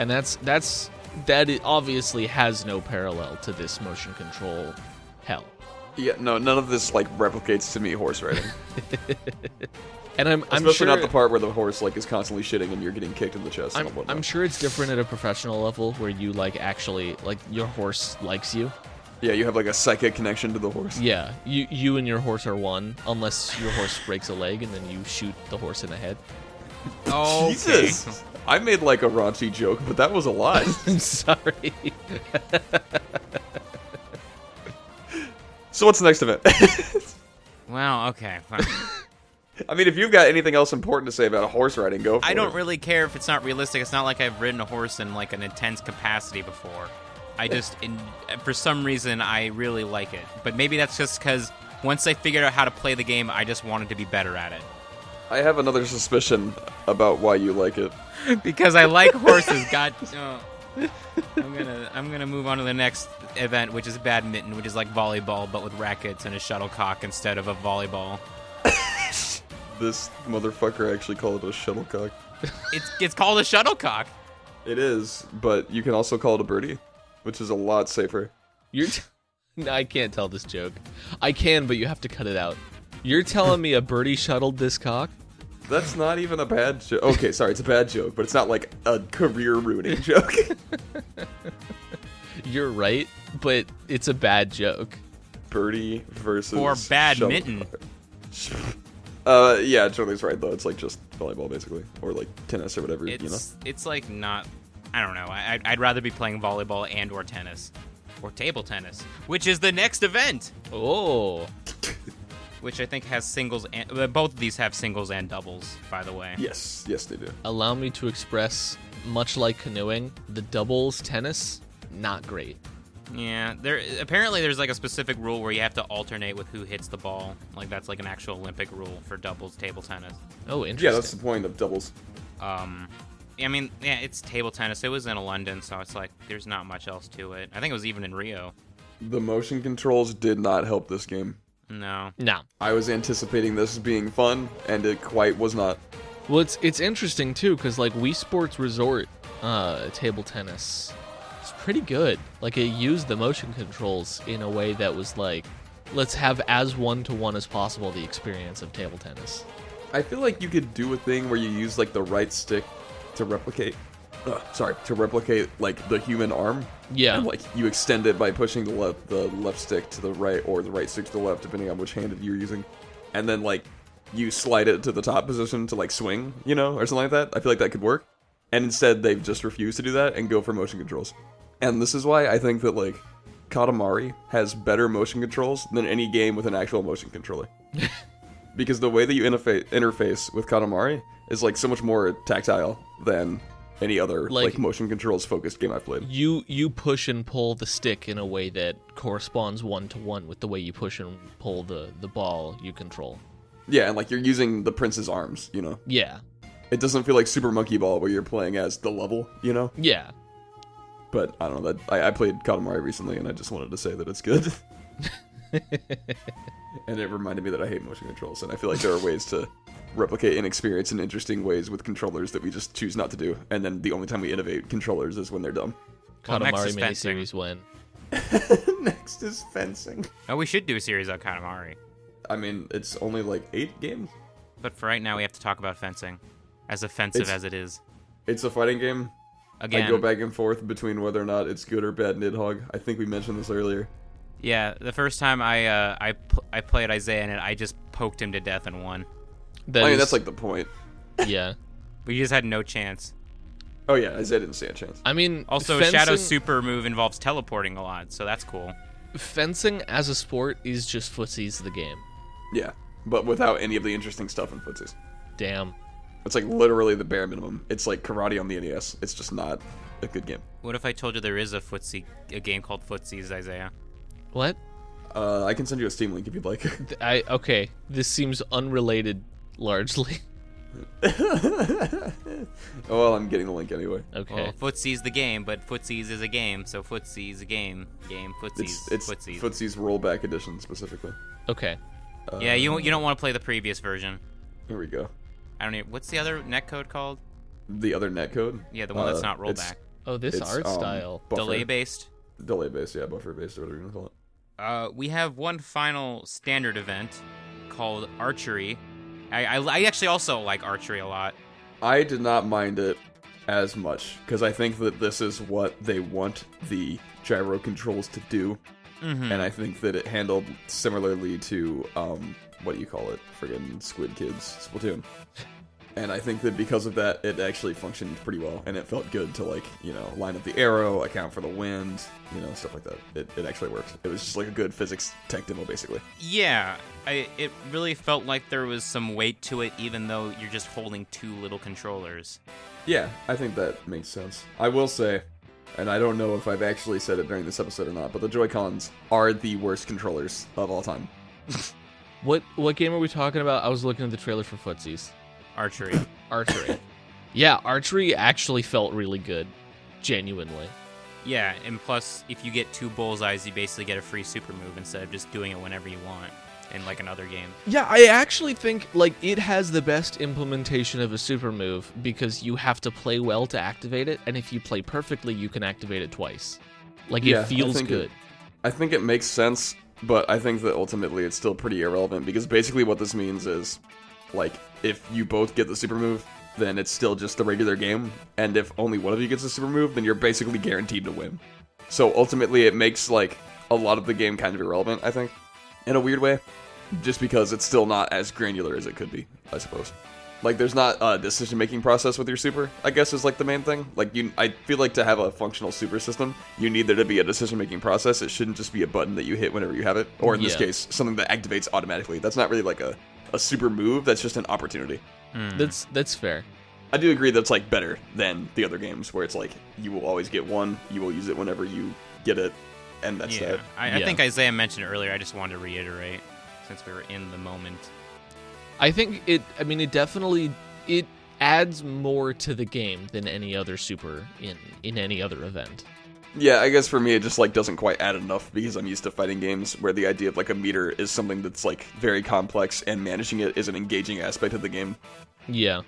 and that's that's that it obviously has no parallel to this motion control hell Yeah, no, none of this like replicates to me horse riding. and i'm i'm Especially sure not the part where the horse like is constantly shitting and you're getting kicked in the chest. I'm, and whatnot. I'm sure it's different at a professional level where you like actually like your horse likes you yeah, you have like a psychic connection to the horse. yeah you you and your horse are one unless your horse breaks a leg and then you shoot the horse in the head Oh, Jesus, I made like a raunchy joke, but that was a lot. i'm sorry so what's the next event? Wow. Okay. fine. I mean, if you've got anything else important to say about horse riding, go for I don't it. really care if it's not realistic. It's not like I've ridden a horse in like an intense capacity before. I just, in, for some reason, I really like it. But maybe that's just because once I figured out how to play the game, I just wanted to be better at it. I have another suspicion about why you like it. Because I like horses. God. oh. I'm gonna I'm gonna move on to the next event, which is badminton, which is like volleyball but with rackets and a shuttlecock instead of a volleyball. This motherfucker actually called it a shuttlecock. It's it's called a shuttlecock. It is, but you can also call it a birdie, which is a lot safer. You're. T- no, I can't tell this joke. I can, but you have to cut it out. You're telling me a birdie shuttled this cock? That's not even a bad joke. Okay, sorry, it's a bad joke, but it's not like a career ruining joke. You're right, but it's a bad joke. birdie versus Or shuttle- badminton. Uh, yeah, Charlie's right though. It's like just volleyball basically, or like tennis or whatever. It's You know, it's like not. I don't know. I, I'd, I'd rather be playing volleyball and or tennis, or table tennis, which is the next event, Oh, which I think has singles and uh, both of these have singles and doubles. By the way, yes, yes they do. allow me to express, much like canoeing, the doubles tennis, not great. yeah. There apparently there's like a specific rule where you have to alternate with who hits the ball. Like that's like an actual Olympic rule for doubles table tennis. Oh, Yeah, interesting. that's the point of doubles. Um, I mean, yeah, it's table tennis. It was in London, so it's like there's not much else to it. I think it was even in Rio. The motion controls did not help this game. No, no. I was anticipating this being fun, and it quite was not. Well, it's it's interesting too because like Wii Sports Resort uh, table tennis, it's pretty good. Like it used the motion controls in a way that was like, let's have as one to one as possible the experience of table tennis. I feel like you could do a thing where you use like the right stick to replicate uh, sorry, to replicate like the human arm. Yeah. And, like you extend it by pushing the left the left stick to the right or the right stick to the left, depending on which hand you're using. And then like you slide it to the top position to like swing, you know, or something like that. I feel like that could work. And instead they've just refused to do that and go for motion controls. And this is why I think that like Katamari has better motion controls than any game with an actual motion controller. because the way that you interface interface with Katamari is like so much more tactile than any other Like- like, motion controls focused game I've played. you you push and pull the stick in a way that corresponds one to one with the way you push and pull the the ball you control. Yeah, and like you're using the prince's arms, you know. Yeah. It doesn't feel like Super Monkey Ball where you're playing as the level, you know. Yeah. But I don't know that I, I played Katamari recently, and I just wanted to say that it's good. and it reminded me that I hate motion controls, and I feel like there are ways to replicate an experience in interesting ways with controllers that we just choose not to do. And then the only time we innovate controllers is when they're dumb. Well, next Katamari is fencing. miniseries win. Oh, Next is fencing. Oh, we should do a series on Katamari. I mean, it's only like eight games. But for right now, we have to talk about fencing, as offensive It's- as it is. It's a fighting game. Again, I go back and forth between whether or not it's good or bad Nidhogg. I think we mentioned this earlier. yeah, the first time I uh, I pl- I played Isaiah in it, I just poked him to death and won. That I mean, is- that's like the point. yeah. We just had no chance. Oh yeah, Isaiah didn't stand a chance. I mean, Also, fencing, Shadow's super move involves teleporting a lot, so that's cool. fencing as a sport is just footsies the game. Yeah, but without any of the interesting stuff in footsies. Damn. It's like literally the bare minimum. It's like karate on the NES. It's just not a good game. What if I told you there is a footsie, a game called Footsies, Isaiah? What? Uh, I can send you a Steam link if you'd like. Th- I okay. This seems unrelated largely. oh, well, I'm getting the link anyway. Okay. Well, Footsie's the game, but Footsies is a game, so Footsie's a game. Game Footsies. It's it's footsies. footsies. rollback edition specifically. okay. yeah, you you don't want to play the previous version. Here we go. I don't even. What's the other netcode called? The other netcode. Yeah, the one that's Uh, not it's- rollback. Oh, this it's, art um, style. buffer- Delay based. Delay based, yeah, buffer based, or whatever you want to call it. Uh, we have one final standard event called archery. I, I, I actually also like archery a lot. I did not mind it as much because I think that this is what they want the gyro controls to do, Mm-hmm. and I think that it handled similarly to um, what do you call it, friggin' Squid Kids Splatoon. And I think that because of that, it actually functioned pretty well, and it felt good to like you know line up the arrow, account for the wind, you know stuff like that. It, it actually worked. It was just like a good physics tech demo, basically. Yeah, I, it really felt like there was some weight to it, even though you're just holding two little controllers. Yeah, I think that makes sense. I will say, and I don't know if I've actually said it during this episode or not, but the Joy-Cons are the worst controllers of all time. What what game are we talking about? I was looking at the trailer for Footsies. Archery. Archery. yeah, archery actually felt really good. Genuinely. yeah, and plus, if you get two bullseyes, you basically get a free super move instead of just doing it whenever you want in like another game. Yeah, I actually think like it has the best implementation of a super move because you have to play well to activate it, and if you play perfectly, you can activate it twice. Like Yeah, I it feels think it- good. I think it makes sense, but I think that ultimately it's still pretty irrelevant because basically what this means is, like, if you both get the super move, then it's still just the regular game, and if only one of you gets the super move, then you're basically guaranteed to win. So ultimately, it makes like a lot of the game kind of irrelevant, I think, in a weird way, just because it's still not as granular as it could be, I suppose. Like, there's not a decision making process with your super. I guess is like the main thing. Like, you, I feel like to have a functional super system, you need there to be a decision making process. It shouldn't just be a button that you hit whenever you have it, or in this Yeah. case, something that activates automatically. That's not really like a a super move. That's just an opportunity. Hmm. That's that's fair. I do agree that's like better than the other games where it's like you will always get one, you will use it whenever you get it, and that's yeah, that. I, I Yeah. think Isaiah mentioned it earlier. I just wanted to reiterate since we were in the moment. I think it. I mean, it definitely it adds more to the game than any other super in in any other event. Yeah, I guess for me it just like doesn't quite add enough because I'm used to fighting games where the idea of like a meter is something that's like very complex and managing it is an engaging aspect of the game. Yeah,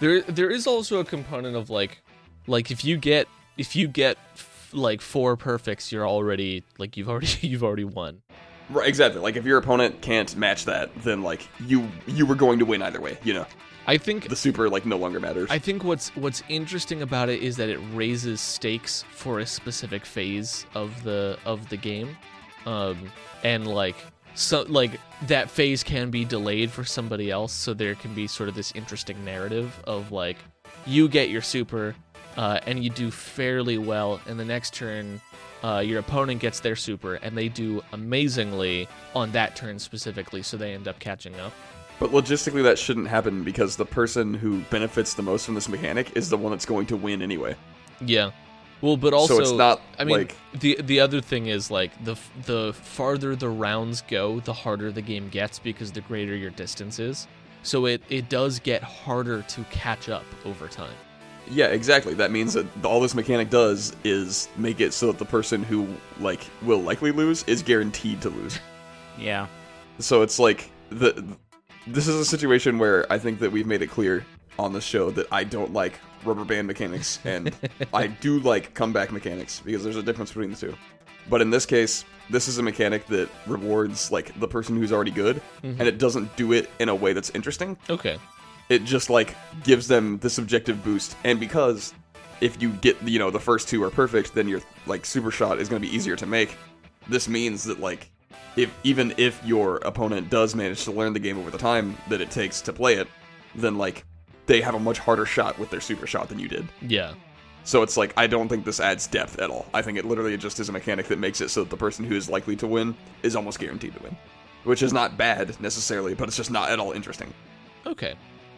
there there is also a component of like, like if you get if you get f- like four perfects, you're already like you've already you've already won. Right, exactly. Like if your opponent can't match that, then like you you were going to win either way, you know. I think The super like no longer matters. I think what's what's interesting about it is that it raises stakes for a specific phase of the of the game, um, and like so like that phase can be delayed for somebody else, so there can be sort of this interesting narrative of like you get your super, uh, and you do fairly well, and the next turn. Uh, your opponent gets their super, and they do amazingly on that turn specifically, so they end up catching up. But logistically, that shouldn't happen because the person who benefits the most from this mechanic is the one that's going to win anyway. Yeah. Well, but also so it's not I mean, like the the other thing is like the f- the farther the rounds go, the harder the game gets because the greater your distance is. So it it does get harder to catch up over time. yeah, exactly. That means that all this mechanic does is make it so that the person who like will likely lose is guaranteed to lose. Yeah. So it's like the this is a situation where I think that we've made it clear on the show that I don't like rubber band mechanics and I do like comeback mechanics because there's a difference between the two. But in this case, this is a mechanic that rewards like the person who's already good and it doesn't do it in a way that's interesting. Okay. It just like gives them the subjective boost and because if you get you know the first two are perfect, then your like super shot is going to be easier to make. This means that like if even if your opponent does manage to learn the game over the time that it takes to play it, then like they have a much harder shot with their super shot than you did. Yeah. So it's like I don't think this adds depth at all. I think it literally just is a mechanic that makes it so that the person who is likely to win is almost guaranteed to win, which is not bad necessarily, but it's just not at all interesting. Okay.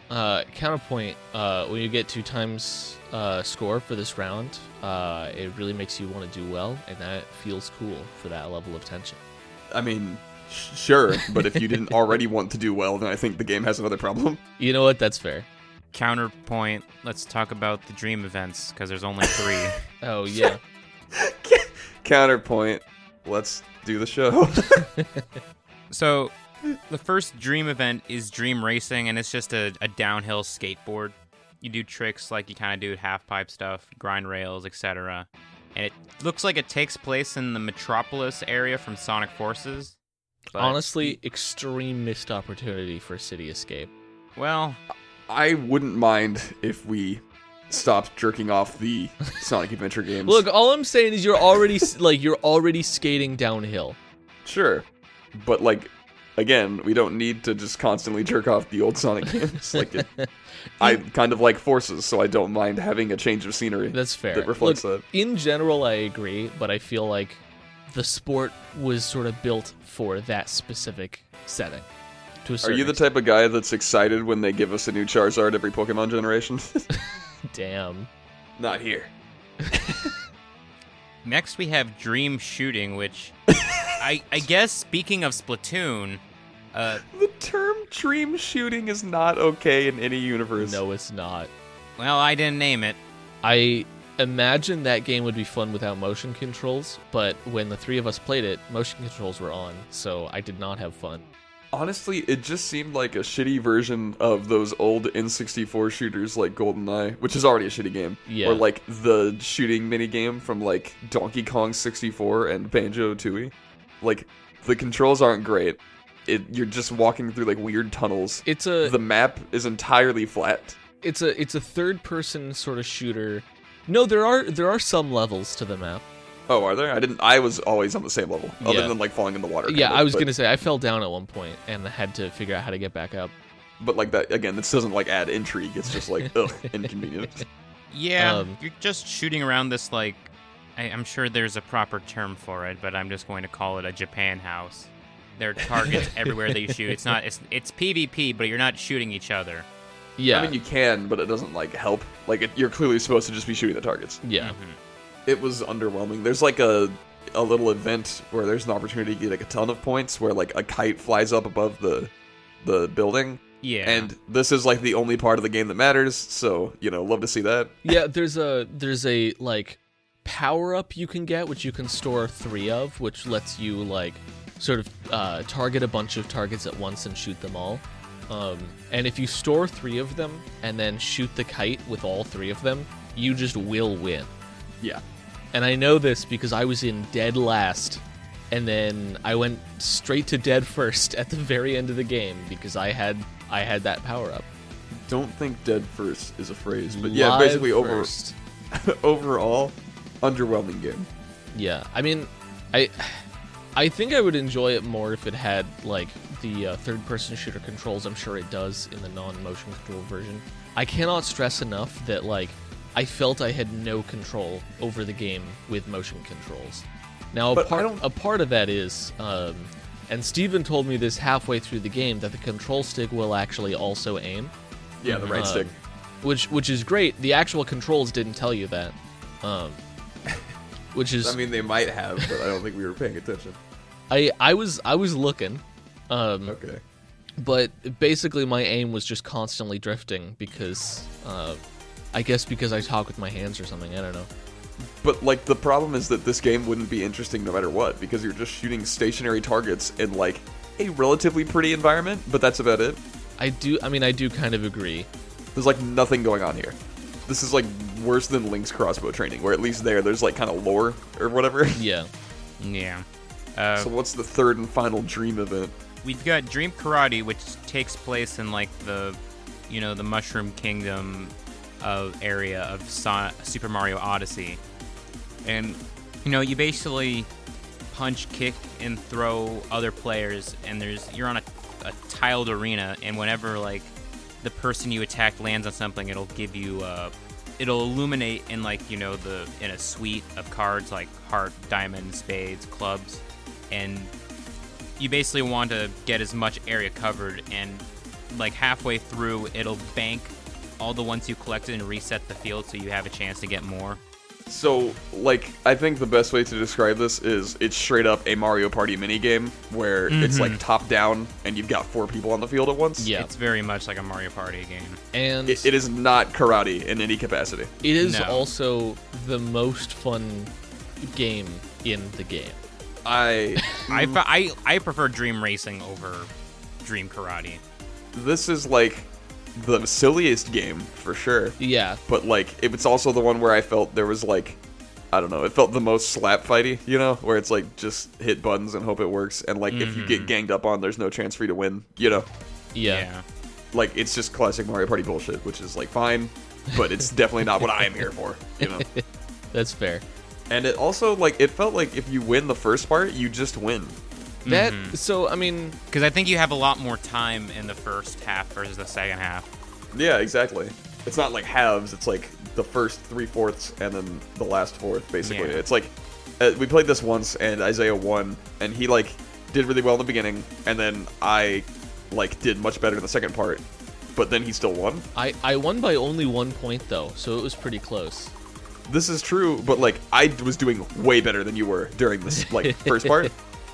Uh, counterpoint. Uh, when you get two times uh, score for this round, uh, it really makes you want to do well, and that feels cool for that level of tension. I mean, sh- sure, but if you didn't already want to do well, then I think the game has another problem. You know what? That's fair. Counterpoint. Let's talk about the dream events because there's only three. Oh yeah. Counterpoint. Let's do the show. so, the first dream event is dream racing, and it's just a, a downhill skateboard. You do tricks like you kind of do half pipe stuff, grind rails, etc. And it looks like it takes place in the Metropolis area from Sonic Forces. but- Honestly, extreme missed opportunity for City Escape. well, I wouldn't mind if we stopped jerking off the Sonic Adventure games. Look, all I'm saying is you're already s- like you're already skating downhill. sure, but like. Again, we don't need to just constantly jerk off the old Sonic games. Like, it, I kind of like forces, so I don't mind having a change of scenery. That's fair. That reflects Look, In general, I agree, but I feel like the sport was sort of built for that specific setting. To a that. Are certain you the type of guy that's excited when they give us a new Charizard every Pokemon generation? extent. damn? Not here. next we have dream shooting, which I I guess speaking of Splatoon, uh, The term dream shooting is not okay in any universe. No, it's not. well, I didn't name it. I imagine that game would be fun without motion controls, but when the three of us played it, motion controls were on, so I did not have fun. Honestly, it just seemed like a shitty version of those old N64 shooters like GoldenEye, which is already a shitty game. Yeah. Or like the shooting minigame from like Donkey Kong 64 and Banjo Tooie. Like, the controls aren't great. It, you're just walking through like weird tunnels. It's a the map is entirely flat. it's a it's a third person sort of shooter. No, there are there are some levels to the map. Oh, are there? I didn't. I was always on the same level, other Yeah. than like falling in the water. yeah, kind of, I was but- gonna say I fell down at one point and had to figure out how to get back up. But like that again, this doesn't like add intrigue. It's just like ugh, inconvenient. Yeah, Um, you're just shooting around this like. I, I'm sure there's a proper term for it, but I'm just going to call it a Japan house. There are targets everywhere that you shoot. It's not. It's it's PvP, but you're not shooting each other. Yeah, I mean, you can, but it doesn't like help. Like it, you're clearly supposed to just be shooting the targets. yeah, It was underwhelming. There's like a a little event where there's an opportunity to get like a ton of points, where like a kite flies up above the the building, Yeah. and this is like the only part of the game that matters. So you know, love to see that. yeah. There's a there's a like power up you can get, which you can store three of, which lets you like sort of uh, target a bunch of targets at once and shoot them all. Um, and if you store three of them and then shoot the kite with all three of them, you just will win. Yeah. and I know this because I was in dead last, and then I went straight to dead first at the very end of the game because I had I had that power up. don't think dead first is a phrase, but yeah, basically Live over first. overall underwhelming game. Yeah, I mean, I I think I would enjoy it more if it had like the uh, third-person shooter controls. I'm sure it does in the non-motion control version. I cannot stress enough that like I felt I had no control over the game with motion controls. Now, a But I part don't- a part of that is, um, and Steven told me this halfway through the game that the control stick will actually also aim Yeah, the right Uh, stick. which which is great. The actual controls didn't tell you that, um, which is I mean, they might have, but I don't think we were paying attention. I I was I was looking, um, Okay. but basically my aim was just constantly drifting because uh, I guess because I talk with my hands or something. I don't know. But like the problem is that this game wouldn't be interesting no matter what because you're just shooting stationary targets in like a relatively pretty environment, but that's about it. I do. I mean, I do kind of agree. There's like nothing going on here. This is like worse than Link's crossbow training, where at least there there's like kind of lore or whatever. Yeah. Yeah. Uh, so what's the third and final dream event? we've got Dream Karate, which takes place in like the, you know, the Mushroom Kingdom of area of so- Super Mario Odyssey, and you know you basically punch, kick, and throw other players, and there's you're on a, a tiled arena, and whenever like the person you attack lands on something, it'll give you uh, it'll illuminate in like you know the in a suite of cards like heart, diamond, spades, clubs, and you basically want to get as much area covered and like halfway through it'll bank all the ones you collected and reset the field so you have a chance to get more So, like, I think the best way to describe this is it's straight up a Mario Party minigame where it's like top down and you've got four people on the field at once. Mm-hmm. Yeah. it's very much like a mario party game And It, it is not karate in any capacity. it is No. also the most fun game in the game. I. I, fe- I, I prefer dream racing over dream karate this is like the silliest game for sure. Yeah. But, like, it, it's also the one where I felt there was like. I don't know. It felt the most slap fighty, you know, where it's like just hit buttons and hope it works. And, like, if you get ganged up on, there's no chance for you to win, you know? Yeah. like it's just classic Mario Party bullshit, which is like fine, but it's definitely not what I am here for, you know. That's fair. And it also like it felt like if you win the first part, you just win. That so I mean because i think you have a lot more time in the first half versus the second half Yeah, exactly. It's not like halves. It's like the first three fourths and then the last fourth, basically. Yeah. It's like uh, we played this once and Isaiah won, and he like did really well in the beginning, and then I like did much better in the second part, but then he still won. I I won by only one point though, so it was pretty close. this is true, but like I was doing way better than you were during this like first part,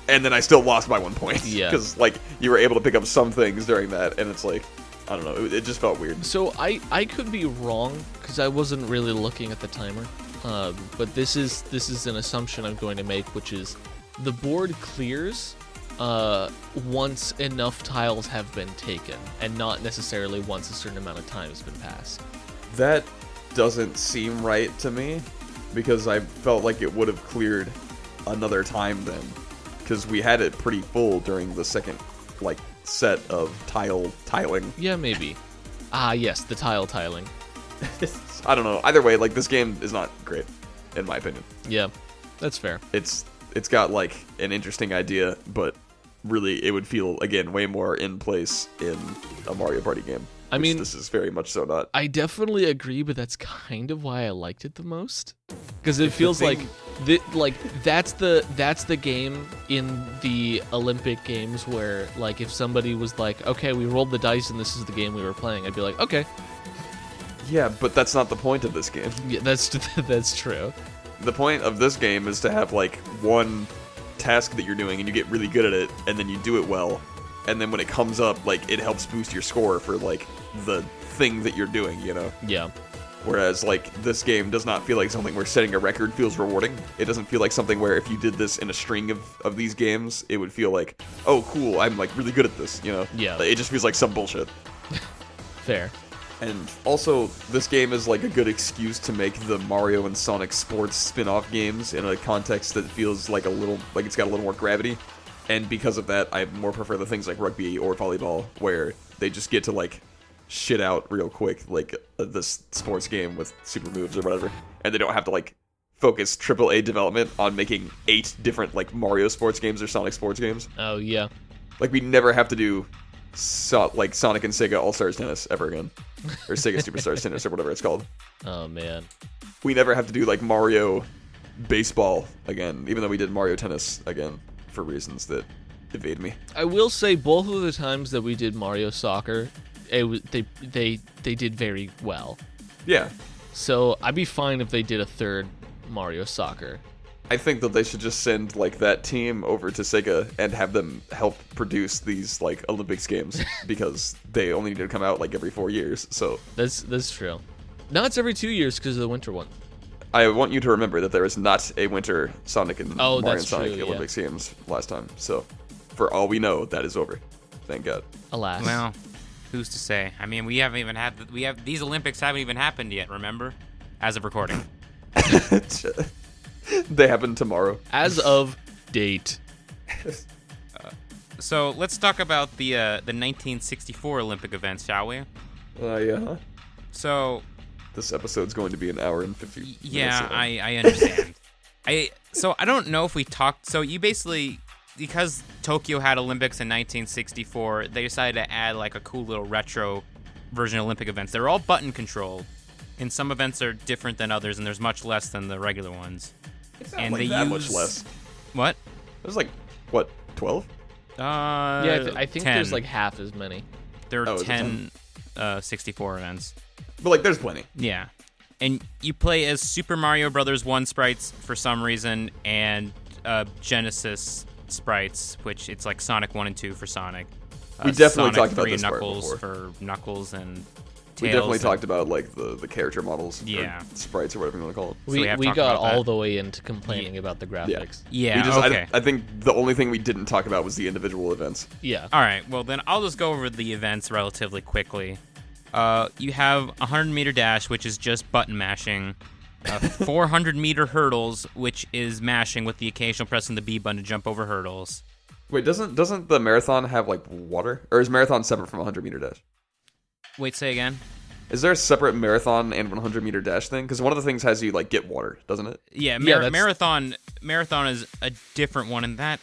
and then I still lost by one point. Yeah. because like you were able to pick up some things during that, and it's like I don't know, it, it just felt weird. So I I could be wrong because I wasn't really looking at the timer, um, but this is this is an assumption I'm going to make, which is the board clears uh, once enough tiles have been taken, and not necessarily once a certain amount of time has been passed. That doesn't seem right to me because I felt like it would have cleared another time then, because we had it pretty full during the second like set of tile tiling. Yeah, maybe. ah, yes, the tile tiling. I don't know. Either way, like this game is not great, in my opinion. Yeah, that's fair. it's it's got like an interesting idea, but really it would feel again way more in place in a Mario Party game. I which mean- this is very much so not. I definitely agree, but that's kind of why I liked it the most, because it feels thing- like the, like that's the that's the game in the Olympic Games where like if somebody was like, okay, we rolled the dice and this is the game we were playing, I'd be like, okay, Yeah, but that's not the point of this game. yeah, that's that's true. The point of this game is to have like one task that you're doing and you get really good at it and then you do it well and then when it comes up like it helps boost your score for like the thing that you're doing, you know. Yeah, Whereas, like, this game does not feel like something where setting a record feels rewarding. It doesn't feel like something where if you did this in a string of, of these games, it would feel like, oh, cool, I'm, like, really good at this, you know? Yeah. Like, It just feels like some bullshit. fair. And also, this game is, like, a good excuse to make the Mario and Sonic sports spin off games in a context that feels like a little, like, it's got a little more gravity. And because of that, I more prefer the things like rugby or volleyball, where they just get to, like, shit out real quick, like uh, this sports game with super moves or whatever, and they don't have to like focus AAA development on making eight different like Mario sports games or Sonic sports games. Oh yeah. Like we never have to do so- like Sonic and Sega All Stars Tennis ever again, or Sega Superstars Tennis or whatever it's called. Oh man. We never have to do like Mario baseball again, even though we did Mario Tennis again for reasons that evade me. I will say both of the times that we did Mario Soccer, it was, they they they did very well. Yeah, So I'd be fine if they did a third Mario Soccer. I think that they should just send like that team over to Sega and have them help produce these like Olympics games because they only need to come out like every four years. So That's that's true. No, it's every two years because of the winter one. I want you to remember that there is not a winter Sonic and Mario Oh, that's and Sonic true, yeah. Olympics games last time. So for all we know, that is over. Thank God. Alas. Well, who's to say? I mean, we haven't even had the, we have these Olympics haven't even happened yet. Remember, as of recording. they happen tomorrow. As of date. So let's talk about the uh, the 1964 Olympic events, shall we? Uh, yeah. So This episode's going to be an hour and fifty. y- minutes yeah, long. I, I understand. I so I don't know if we talked. So you basically because Tokyo had Olympics in 1964, they decided to add like a cool little retro version of Olympic events. They're all button controlled, and some events are different than others, and there's much less than the regular ones. It's not and like they that much use- less. What? There's like what twelve? Uh, Yeah, I, th- I think 10. there's like half as many. there are Oh, is it 10 uh, 64 events. But like there's plenty. Yeah. And you play as Super Mario Brothers 1 sprites for some reason and uh, Genesis sprites, which it's like Sonic 1 and 2 for Sonic. Uh, We definitely Sonic talked about 3 this part Knuckles for Knuckles and Tails. We definitely and- talked about like the, the character models, or Yeah. sprites or whatever you want to call it. We, we have we talked got about that. all the way into complaining about the graphics. Yeah, we just, I- okay. I, think the only thing we didn't talk about was the individual events. Yeah. All right. Well, then I'll just go over the events relatively quickly. Uh, you have a 100 meter dash, which is just button mashing. Uh, 400 meter hurdles, which is mashing with the occasional pressing the B button to jump over hurdles. Wait, doesn't doesn't the marathon have like water, or is marathon separate from 100 meter dash? Wait, say again. Is there a separate marathon and 100 meter dash thing? Because one of the things has you like get water, doesn't it? Yeah, Yeah, mar- that's- marathon. Marathon is a different one, and that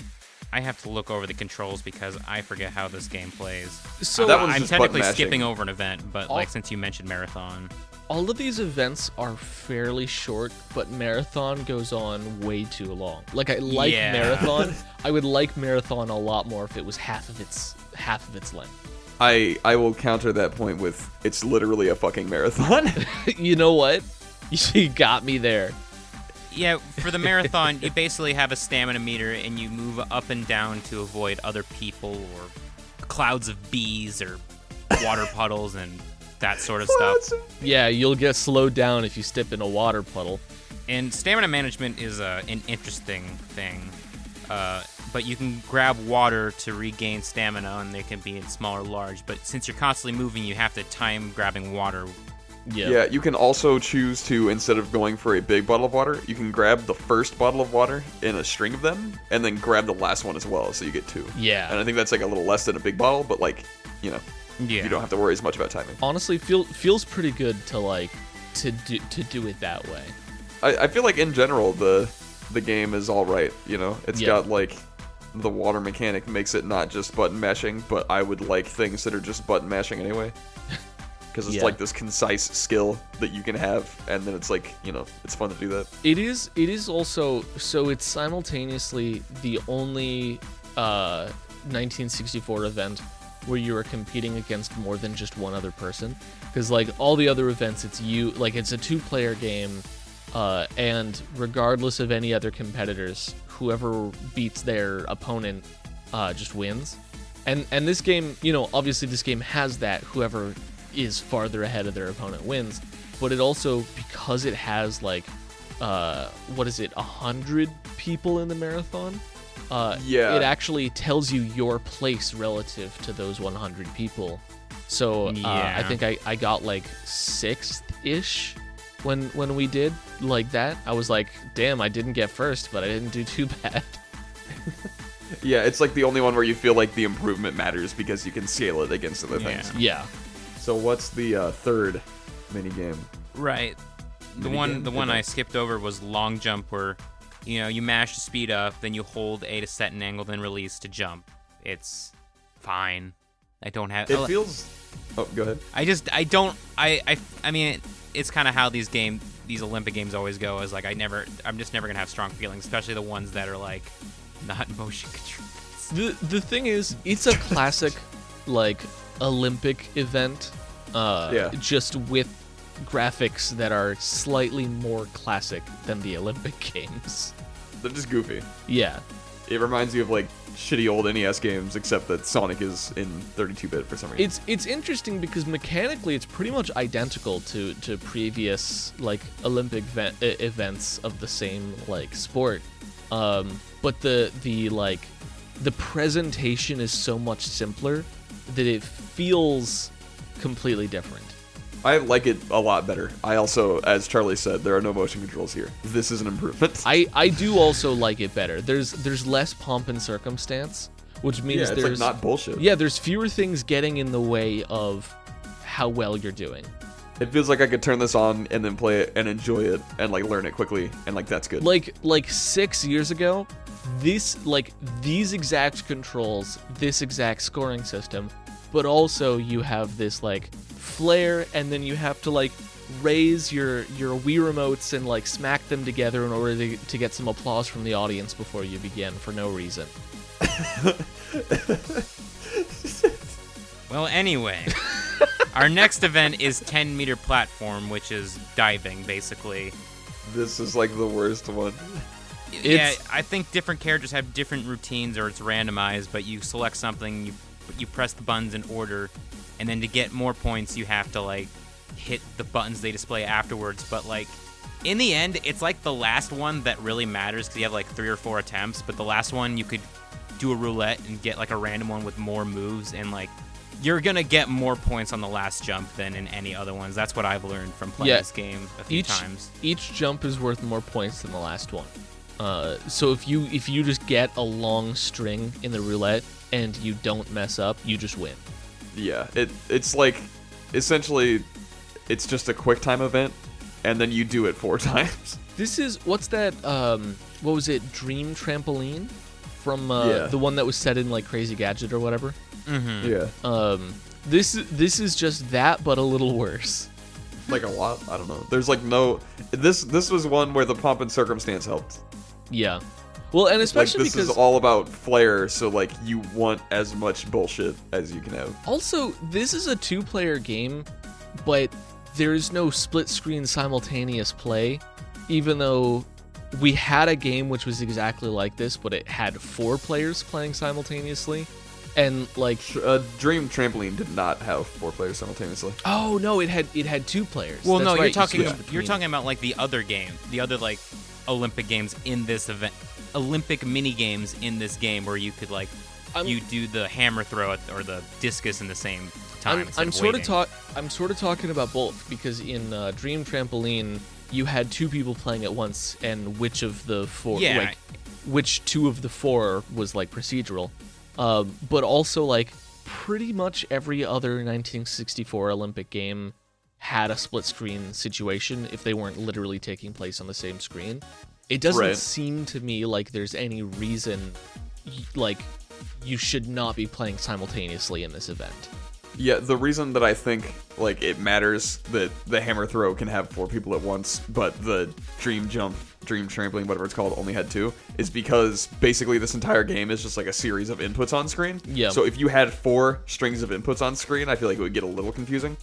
I have to look over the controls because I forget how this game plays. So That one's I'm just technically button mashing. skipping over an event, but All- like since you mentioned marathon, all of these events are fairly short, but marathon goes on way too long. Like I like Yeah. marathon. I would like marathon a lot more if it was half of its half of its length. I I will counter that point with it's literally a fucking marathon. you know what? You got me there. yeah, for the marathon, you basically have a stamina meter and you move up and down to avoid other people or clouds of bees or water puddles and that sort of stuff. Yeah, you'll get slowed down if you step in a water puddle. And stamina management is uh, an interesting thing. Uh, but you can grab water to regain stamina, and they can be in small or large. But since you're constantly moving, you have to time grabbing water. Yeah. yeah, you can also choose to instead of going for a big bottle of water, you can grab the first bottle of water in a string of them, and then grab the last one as well, so you get two. Yeah. And I think that's like a little less than a big bottle, but like, you know, Yeah. you don't have to worry as much about timing. Honestly, feel feels pretty good to like to do to do it that way. I, I feel like in general the the game is all right. You know, it's Yeah. got like the water mechanic makes it not just button mashing, but I would like things that are just button mashing anyway. Because it's Yeah. like this concise skill that you can have, and then it's like you know, it's fun to do that. It is. It is also. So it's simultaneously the only uh, 1964 event where you are competing against more than just one other person. Because like all the other events, it's you. Like it's a two-player game, uh, and regardless of any other competitors, whoever beats their opponent uh, just wins. And and this game, you know, obviously this game has that whoever is farther ahead of their opponent wins, but it also because it has like uh what is it, a hundred people in the marathon? Uh, Yeah. It actually tells you your place relative to those 100 people. So uh, I Yeah. think I, I got like sixth ish when when we did like that. I was like, damn, I didn't get first, but I didn't do too bad. Yeah, it's like the only one where you feel like the improvement matters because you can scale it against other Yeah. things. yeah. So what's the uh, third minigame? Right. The Mini one game? the one Okay. I skipped over was long jump where you know, you mash to speed up, then you hold A to set an angle, then release to jump. It's fine. I don't have It feels. Oh, go ahead. I just I don't I I, I mean it's kind of how these game these Olympic games always go is like I never I'm just never going to have strong feelings, especially the ones that are like not motion control. The the thing is, it's a classic like Olympic event. Uh Yeah. just with graphics that are slightly more classic than the Olympic games. They're just goofy. Yeah. It reminds you of like shitty old NES games, except that Sonic is in 32-bit for some reason. It's it's interesting because mechanically it's pretty much identical to to previous like Olympic ve- e- events of the same like sport, um, but the the like the presentation is so much simpler that it feels completely different. I like it a lot better. I also, as Charlie said, there are no motion controls here. This is an improvement. I I do also like it better. There's there's less pomp and circumstance, which yeah, means it's like there's not bullshit. yeah there's fewer things getting in the way of how well you're doing. It feels like I could turn this on and then play it and enjoy it and like learn it quickly and like that's good. like like six years ago this like these exact controls this exact scoring system but also you have this like flare and then you have to like raise your your wii remotes and like smack them together in order to, to get some applause from the audience before you begin for no reason Well, anyway, our next event is 10 meter platform, which is diving basically. this is like the worst one. yeah, It's- I think different characters have different routines or it's randomized, but you select something, you you press the buttons in order, and then to get more points, you have to like hit the buttons they display afterwards, but like in the end, it's like the last one that really matters cuz you have like 3 or 4 attempts, but the last one you could do a roulette and get like a random one with more moves and like you're gonna get more points on the last jump than in any other ones. That's what I've learned from playing Yeah. this game a few each times. each jump is worth more points than the last one uh, so if you if you just get a long string in the roulette and you don't mess up you just win Yeah, it it's like essentially it's just a quick time event and then you do it four times. This is what's that? Um, what was it? Dream trampoline from uh, Yeah. the one that was set in like Crazy Gadget or whatever. Yeah. Um, this this is just that, but a little worse. Like a lot, I don't know. There's like no this this was one where the pomp and circumstance helped. Yeah. Well, and especially like this because is all about flair, so like you want as much bullshit as you can have. also this is a two-player game, but there is no split-screen simultaneous play, even though we had a game which was exactly like this, but it had four players playing simultaneously, and like Tr- Uh, Dream Trampoline did not have four players simultaneously. Oh no, it had it had two players. Well, That's no, right, you're you talking switched you're between- talking about like the other game, the other like Olympic games in this event, Olympic mini games in this game where you could like I'm- you do the hammer throw at, or the discus in the same time. I'm, instead I'm sort of waiting. talk I'm sort of talking about both because in uh, Dream Trampoline you had two people playing at once, and which of the four? Yeah. Like, which two of the four was like procedural, um, but also like pretty much every other 1964 Olympic game had a split screen situation if they weren't literally taking place on the same screen. It doesn't Right. seem to me like there's any reason, y- like, you should not be playing simultaneously in this event. Yeah, the reason that I think like it matters that the hammer throw can have four people at once, but the dream jump, dream trampoline, whatever it's called, only had two, is because basically this entire game is just like a series of inputs on screen. Yeah. So if you had four strings of inputs on screen, I feel like it would get a little confusing,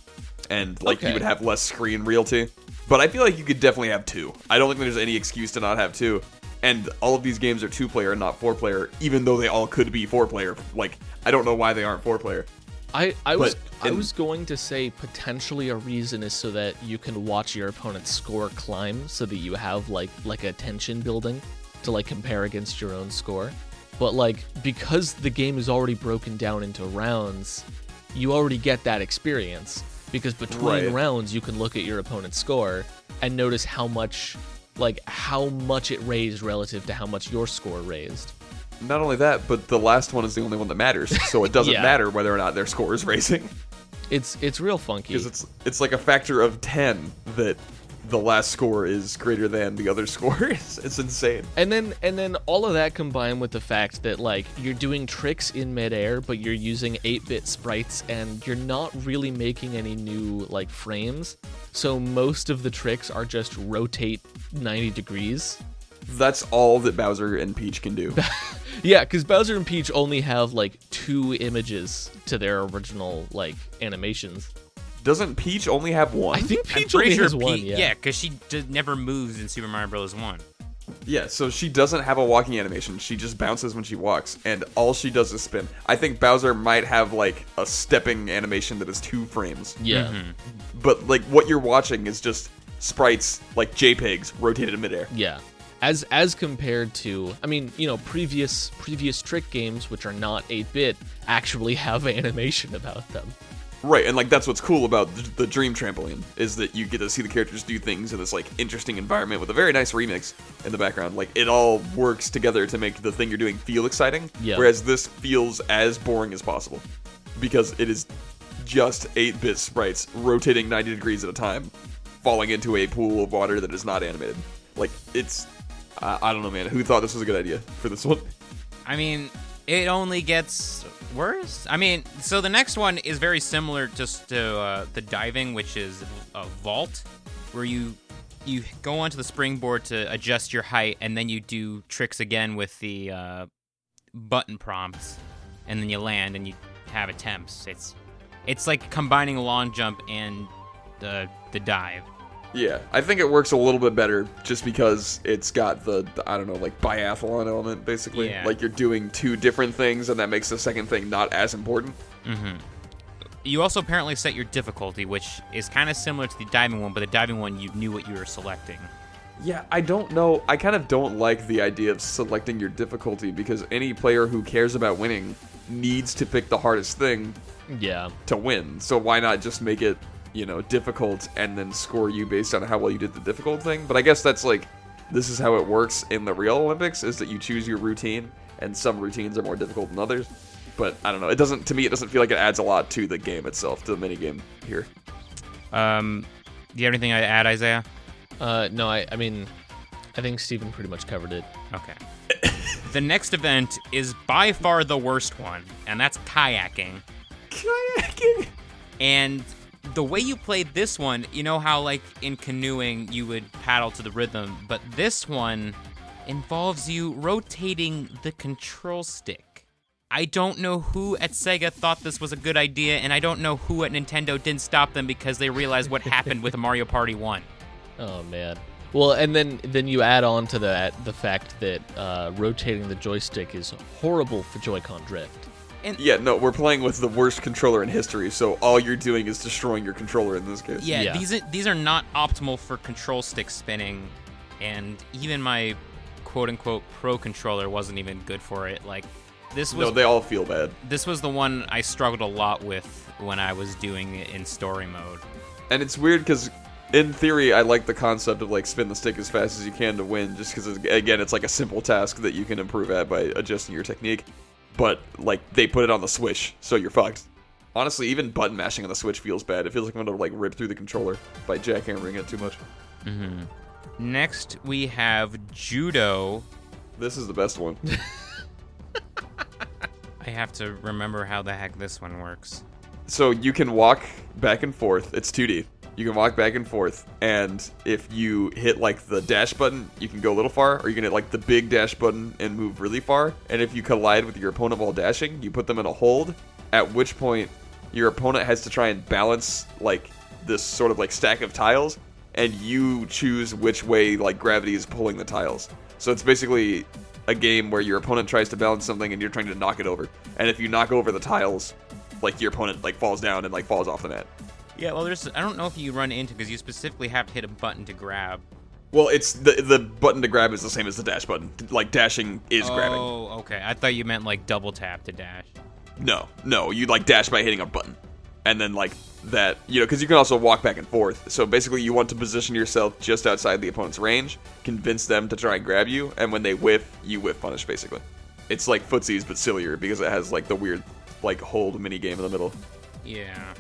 and like Okay. you would have less screen realty. But I feel like you could definitely have two. I don't think there's any excuse to not have two. And all of these games are two player and not four player, even though they all could be four player. Like I don't know why they aren't four player. I, I was But I in- was going to say potentially a reason is so that you can watch your opponent's score climb so that you have like like a tension building to like compare against your own score. But like because the game is already broken down into rounds, you already get that experience because between Right. rounds you can look at your opponent's score and notice how much like how much it raised relative to how much your score raised. Not only that, but the last one is the only one that matters, so it doesn't Yeah. matter whether or not their score is raising. It's it's real funky. because it's it's like a factor of ten that the last score is greater than the other scores. it's insane. And then and then all of that combined with the fact that like you're doing tricks in midair, but you're using 8-bit sprites and you're not really making any new like frames. So most of the tricks are just rotate 90 degrees. That's all that Bowser and Peach can do. Yeah, cuz Bowser and Peach only have like two images to their original like animations. Doesn't Peach only have one? I think I'm Peach pretty only sure has one, Pete- yeah, because she d- never moves in Super Mario Bros. One. Yeah, so she doesn't have a walking animation. She just bounces when she walks, and all she does is spin. I think Bowser might have like a stepping animation that is two frames, Yeah. Mm-hmm. but like what you're watching is just sprites like JPEGs rotated in midair. Yeah. As as compared to I mean, you know, previous previous trick games which are not 8-bit actually have animation about them. Right, and like that's what's cool about th- the Dream Trampoline is that you get to see the characters do things in this like interesting environment with a very nice remix in the background. Like it all works together to make the thing you're doing feel exciting. Yeah. Whereas this feels as boring as possible because it is just 8-bit sprites rotating 90 degrees at a time, falling into a pool of water that is not animated. Like it's I, I don't know, man. Who thought this was a good idea for this one? I mean, it only gets worse. I mean, so the next one is very similar just to uh, the diving, which is a vault, where you you go onto the springboard to adjust your height, and then you do tricks again with the uh, button prompts, and then you land and you have attempts. It's it's like combining long jump and the the dive. Yeah, I think it works a little bit better just because it's got the, the- I don't know like biathlon element basically. Yeah. Like you're doing two different things and that makes the second thing not as important. You also apparently set your difficulty, which is kind of similar to the diving one, but the diving one you knew what you were selecting. Yeah, I don't know. I kind of don't like the idea of selecting your difficulty because any player who cares about winning needs to pick the hardest thing Yeah. to win. So why not just make it, you know, difficult and then score you based on how well you did the difficult thing? But I guess that's like this is how it works in the real Olympics is that you choose your routine and some routines are more difficult than others. But I don't know. It doesn't to me it doesn't feel like it adds a lot to the game itself, to the minigame here. Um, do you have anything to add, Isaiah? Uh, no, I, I mean, I think Steven pretty much covered it. Okay. the next event is by far the worst one, and that's kayaking. Kayaking. And the way you played this one, you know how, like, in canoeing, you would paddle to the rhythm, but this one involves you rotating the control stick. I don't know who at Sega thought this was a good idea, and I don't know who at Nintendo didn't stop them because they realized what happened with Mario Party 1. Oh man. Well, and then then you add on to that the fact that uh, rotating the joystick is horrible for Joy-Con drift. Yeah, no, we're playing with the worst controller in history, so all you're doing is destroying your controller in this case. Yeah, Yeah. these are, these are not optimal for control stick spinning, and even my quote unquote pro controller wasn't even good for it. Like this was No, they all feel bad. this was the one I struggled a lot with when I was doing it in story mode. And it's weird because, in theory, I like the concept of like spin the stick as fast as you can to win, just because again, it's like a simple task that you can improve at by adjusting your technique. But like they put it on the Switch, so you're fucked. Honestly, even button mashing on the Switch feels bad. It feels like I'm gonna like rip through the controller by jackhammering it too much. Next we have judo. This is the best one. I have to remember how the heck this one works. so you can walk back and forth. It's 2D. You can walk back and forth, and if you hit like the dash button, you can go a little far, or you can hit like the big dash button and move really far. And if you collide with your opponent while dashing, you put them in a hold, at which point your opponent has to try and balance like this sort of like stack of tiles, and you choose which way like gravity is pulling the tiles. So it's basically a game where your opponent tries to balance something and you're trying to knock it over. And if you knock over the tiles, like your opponent like falls down and like falls off the mat. Yeah, well, there's I don't know if you run into because you specifically have to hit a button to grab. Well, it's the the button to grab is the same as the dash button. Like dashing is grabbing. Oh, okay. I thought you meant like double tap to dash. No, no, you like dash by hitting a button, and then like that, you know, because you can also walk back and forth. So basically, you want to position yourself just outside the opponent's range, convince them to try and grab you, and when they whiff, you whiff punish. Basically, it's like footsies but sillier because it has like the weird like hold mini game in the middle. Yeah.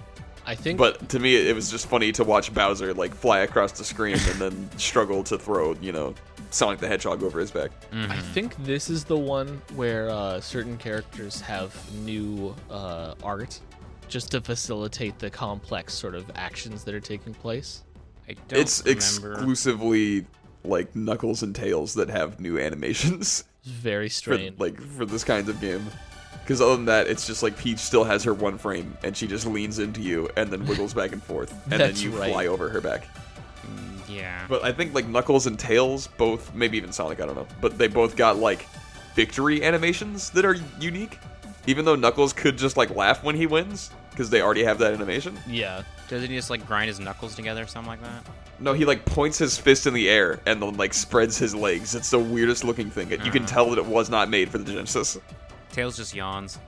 I think But to me, it was just funny to watch Bowser like fly across the screen and then struggle to throw, you know, Sonic the Hedgehog over his back. I Mm-hmm. think this is the one where uh, certain characters have new uh, art just to facilitate the complex sort of actions that are taking place. I don't it's remember. exclusively like Knuckles and Tails that have new animations It's very for strange. like for this kind of game. Because other than that, it's just like Peach still has her one frame, and she just leans into you and then wiggles back and forth, and then That's you right. fly over her back. yeah. But I think like Knuckles and Tails both, maybe even Sonic, I don't know, but they both got like victory animations that are unique. Even though Knuckles could just like laugh when he wins because they already have that animation. yeah, Doesn't he just like grind his knuckles together or something like that? No, he like points his fist in the air and then like spreads his legs. It's the weirdest looking thing. You can tell that it was not made for the Genesis. Tails just yawns.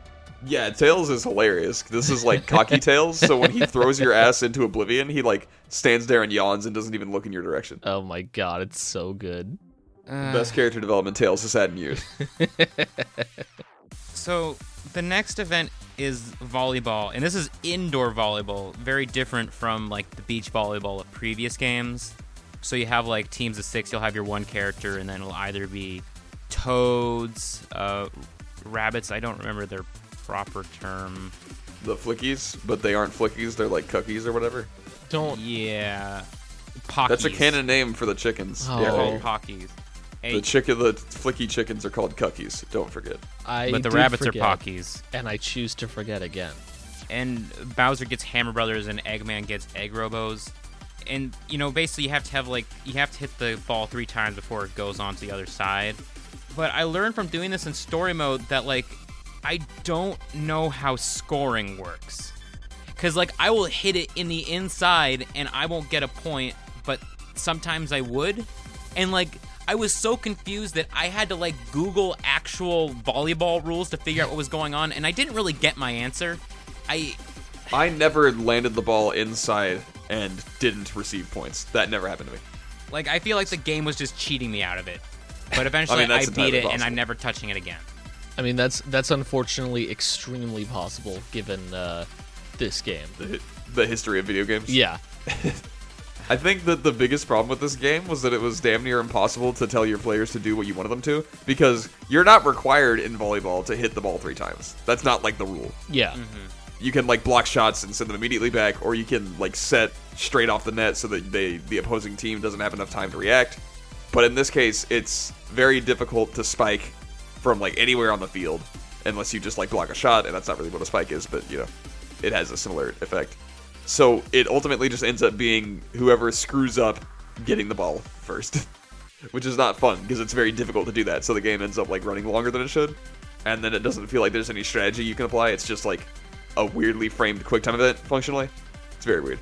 Yeah, Tails is hilarious. This is like cocky Tails. So when he throws your ass into oblivion, he like stands there and yawns and doesn't even look in your direction. Oh my god, it's so good. Uh, Best character development Tails has had in years. So the next event is volleyball, and this is indoor volleyball, very different from like the beach volleyball of previous games. So you have like teams of six. You'll have your one character, and then it'll either be toads, uh, rabbits. I don't remember their proper term. The flickies, but they aren't flickies. They're like cookies or whatever. Don't Yeah, pockies. That's a canon name for the chickens. Oh. Yeah, They're right. called pockies. The chicken, the flicky chickens are called cuckies. Don't forget. I but the did rabbits forget, are pockies. and I choose to forget again. and Bowser gets Hammer Brothers and Eggman gets Egg Robos. And you know, basically you have to have like you have to hit the ball 3 times before it goes on to the other side. But I learned from doing this in story mode that like I don't know how scoring works. Cuz like I will hit it in the inside and I won't get a point, but sometimes I would. And like I was so confused that I had to like Google actual volleyball rules to figure out what was going on and I didn't really get my answer. I I never landed the ball inside and didn't receive points. That never happened to me. Like I feel like the game was just cheating me out of it. But eventually mean, I, that's beat entirely it and possible. I'm never touching it again. I mean, that's that's unfortunately extremely possible given uh, this game. The, hi- the history of video games. Yeah, I think that the biggest problem with this game was that it was damn near impossible to tell your players to do what you wanted them to because you're not required in volleyball to hit the ball three times. That's not like the rule. yeah, Mm-hmm. you can like block shots and send them immediately back, or you can like set straight off the net so that they the opposing team doesn't have enough time to react. But in this case, it's very difficult to spike from like anywhere on the field unless you just like block a shot, and that's not really what a spike is, but you know, it has a similar effect. So it ultimately just ends up being whoever screws up getting the ball first. Which is not fun because it's very difficult to do that. So the game ends up like running longer than it should, and then it doesn't feel like there's any strategy you can apply. It's just like a weirdly framed QuickTime event functionally. It's very weird.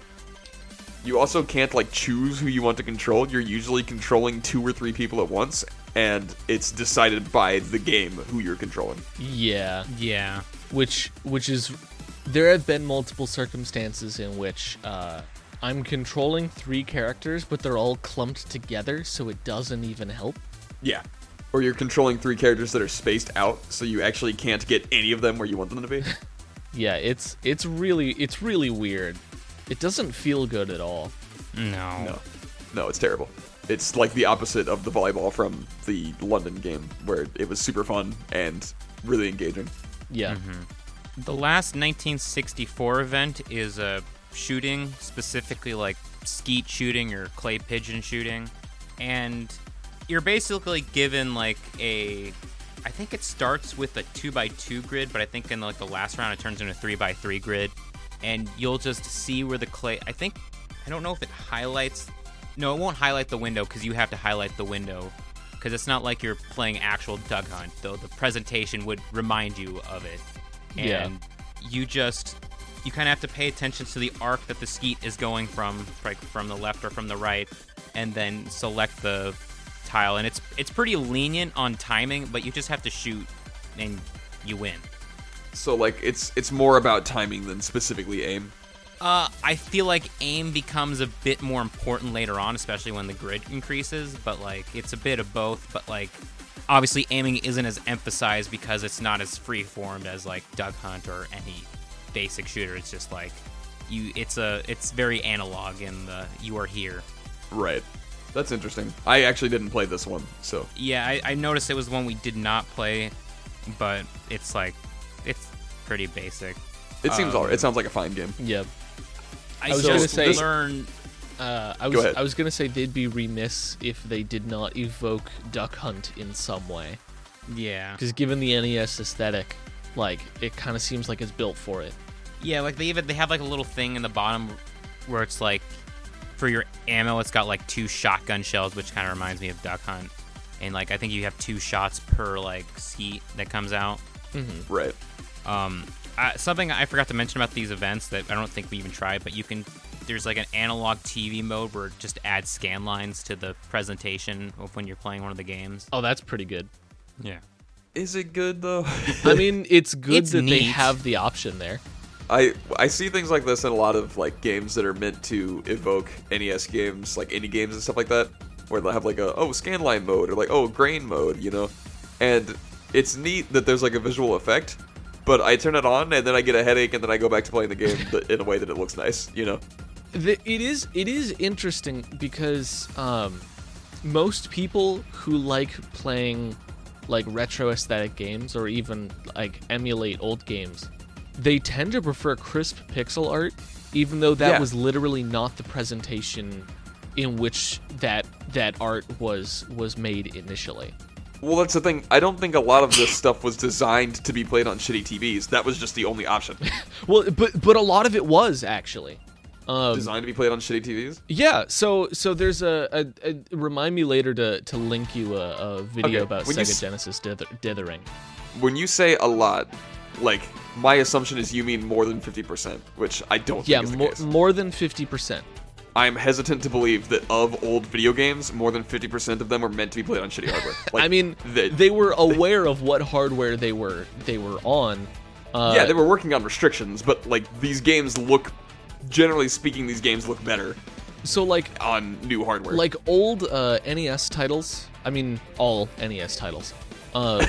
You also can't like choose who you want to control. You're usually controlling two or three people at once, and it's decided by the game who you're controlling. yeah. Yeah. Which which is, there have been multiple circumstances in which uh, I'm controlling three characters, but they're all clumped together, so it doesn't even help. Yeah. Or you're controlling three characters that are spaced out, so you actually can't get any of them where you want them to be. Yeah, it's it's really it's really weird. It doesn't feel good at all. No. No. No, it's terrible. It's like the opposite of the volleyball from the London game, where it was super fun and really engaging. Yeah. Mm-hmm. The last 1964 event is uh, shooting, specifically like skeet shooting or clay pigeon shooting. And you're basically given like a. I think it starts with a 2 by 2 grid, but I think in like the last round it turns into a 3 by 3 grid. And you'll just see where the clay. I think. I don't know if it highlights. No, it won't highlight the window because you have to highlight the window. Because it's not like you're playing actual duck hunt, though the presentation would remind you of it and Yeah. you just you kind of have to pay attention to the arc that the skeet is going from like from the left or from the right and then select the tile and it's it's pretty lenient on timing but you just have to shoot and you win So like it's it's more about timing than specifically aim. uh, I feel like aim becomes a bit more important later on, especially when the grid increases. But like, it's a bit of both. But like, obviously, aiming isn't as emphasized because it's not as free formed as like Duck Hunt or any basic shooter. It's just like you it's a it's very analog in the you are here. Right. That's interesting. I actually didn't play this one, so Yeah, I, I noticed it was one we did not play, but it's like it's pretty basic. it seems Um, alright. It sounds like a fine game. Yep. I, was gonna just say- learned Uh, I Go was ahead. I was gonna say they'd be remiss if they did not evoke Duck Hunt in some way, yeah. because given the NES aesthetic, like it kind of seems like it's built for it. Yeah, like they even they have like a little thing in the bottom where it's like for your ammo, it's got like two shotgun shells, which kind of reminds me of Duck Hunt. And like I think you have two shots per like skeet that comes out. Right. Um, I, something I forgot to mention about these events that I don't think we even tried, but you can there's like an analog TV mode where it just adds scan lines to the presentation of when you're playing one of the games. Oh, that's pretty good. Yeah. Is it good though? I mean, it's good It's that they neat. have the option there. I I see things like this in a lot of like games that are meant to evoke NES games, like indie games and stuff like that, where they'll have like a oh scanline mode or like oh grain mode, you know. And it's neat that there's like a visual effect, but I turn it on and then I get a headache and then I go back to playing the game th- in a way that it looks nice, you know. The, it is it is interesting because um, most people who like playing like retro aesthetic games or even like emulate old games, they tend to prefer crisp pixel art, even though that Yeah. was literally not the presentation in which that that art was was made initially. Well, that's the thing. I don't think a lot of this stuff was designed to be played on shitty TVs. That was just the only option. Well, but but a lot of it was actually. Um, designed to be played on shitty TVs. Yeah, so so there's a, a, a remind me later to, to link you a, a video Okay, about when Sega you s- Genesis dither, dithering. When you say a lot, like my assumption is you mean more than fifty percent, which I don't Yeah, think is the more, case. more than fifty percent. I'm hesitant to believe that of old video games, more than 50% of them are meant to be played on shitty hardware. Like, I mean, they, they, were aware of what hardware they were they were on. Uh, yeah, they were working on restrictions, but like these games look, generally speaking, these games look better so like on new hardware. like old uh, NES titles. I mean, all NES titles. Um,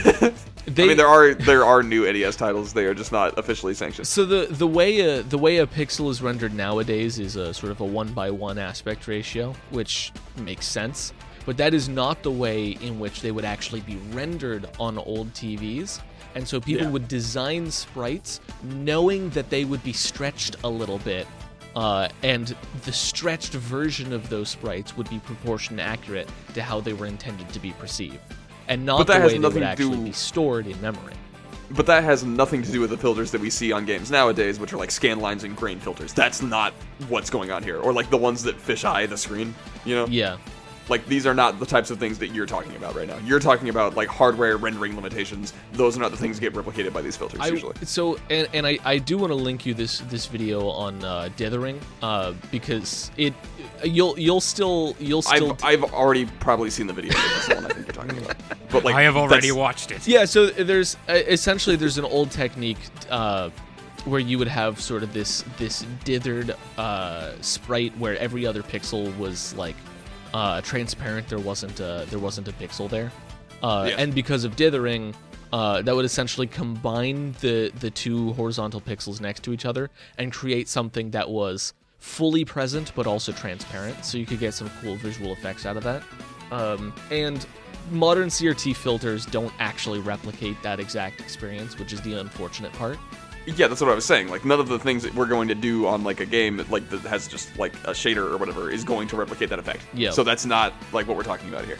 they, I mean, there are there are new NES titles. They are just not officially sanctioned. So the the way a, the way a pixel is rendered nowadays is a sort of a one by one aspect ratio, which makes sense. But that is not the way in which they would actually be rendered on old TVs. And so people Yeah. would design sprites knowing that they would be stretched a little bit. Uh, and the stretched version of those sprites would be proportion accurate to how they were intended to be perceived. And not But that the has way they nothing would to actually do- be stored in memory. But that has nothing to do with the filters that we see on games nowadays, which are like scan lines and grain filters. That's not what's going on here. Or like the ones that fish eye the screen, you know? Yeah. like these are not the types of things that you're talking about right now. You're talking about like hardware rendering limitations. Those are not the things that get replicated by these filters I, usually. So, and, and I, I do want to link you this this video on uh, dithering uh, because it you'll you'll still you'll still I've, I've already probably seen the video. That's the one I think you're talking about. But like I have already that's- watched it. yeah. So there's uh, essentially there's an old technique uh, where you would have sort of this this dithered uh, sprite where every other pixel was like uh, transparent. There wasn't a, there wasn't a pixel there, uh, Yeah. and because of dithering. Uh, that would essentially combine the the two horizontal pixels next to each other and create something that was fully present but also transparent. So you could get some cool visual effects out of that. Um, and modern CRT filters don't actually replicate that exact experience, which is the unfortunate part. Yeah, that's what I was saying. Like none of the things that we're going to do on like a game that like that has just like a shader or whatever is going to replicate that effect. Yeah. So that's not like what we're talking about here.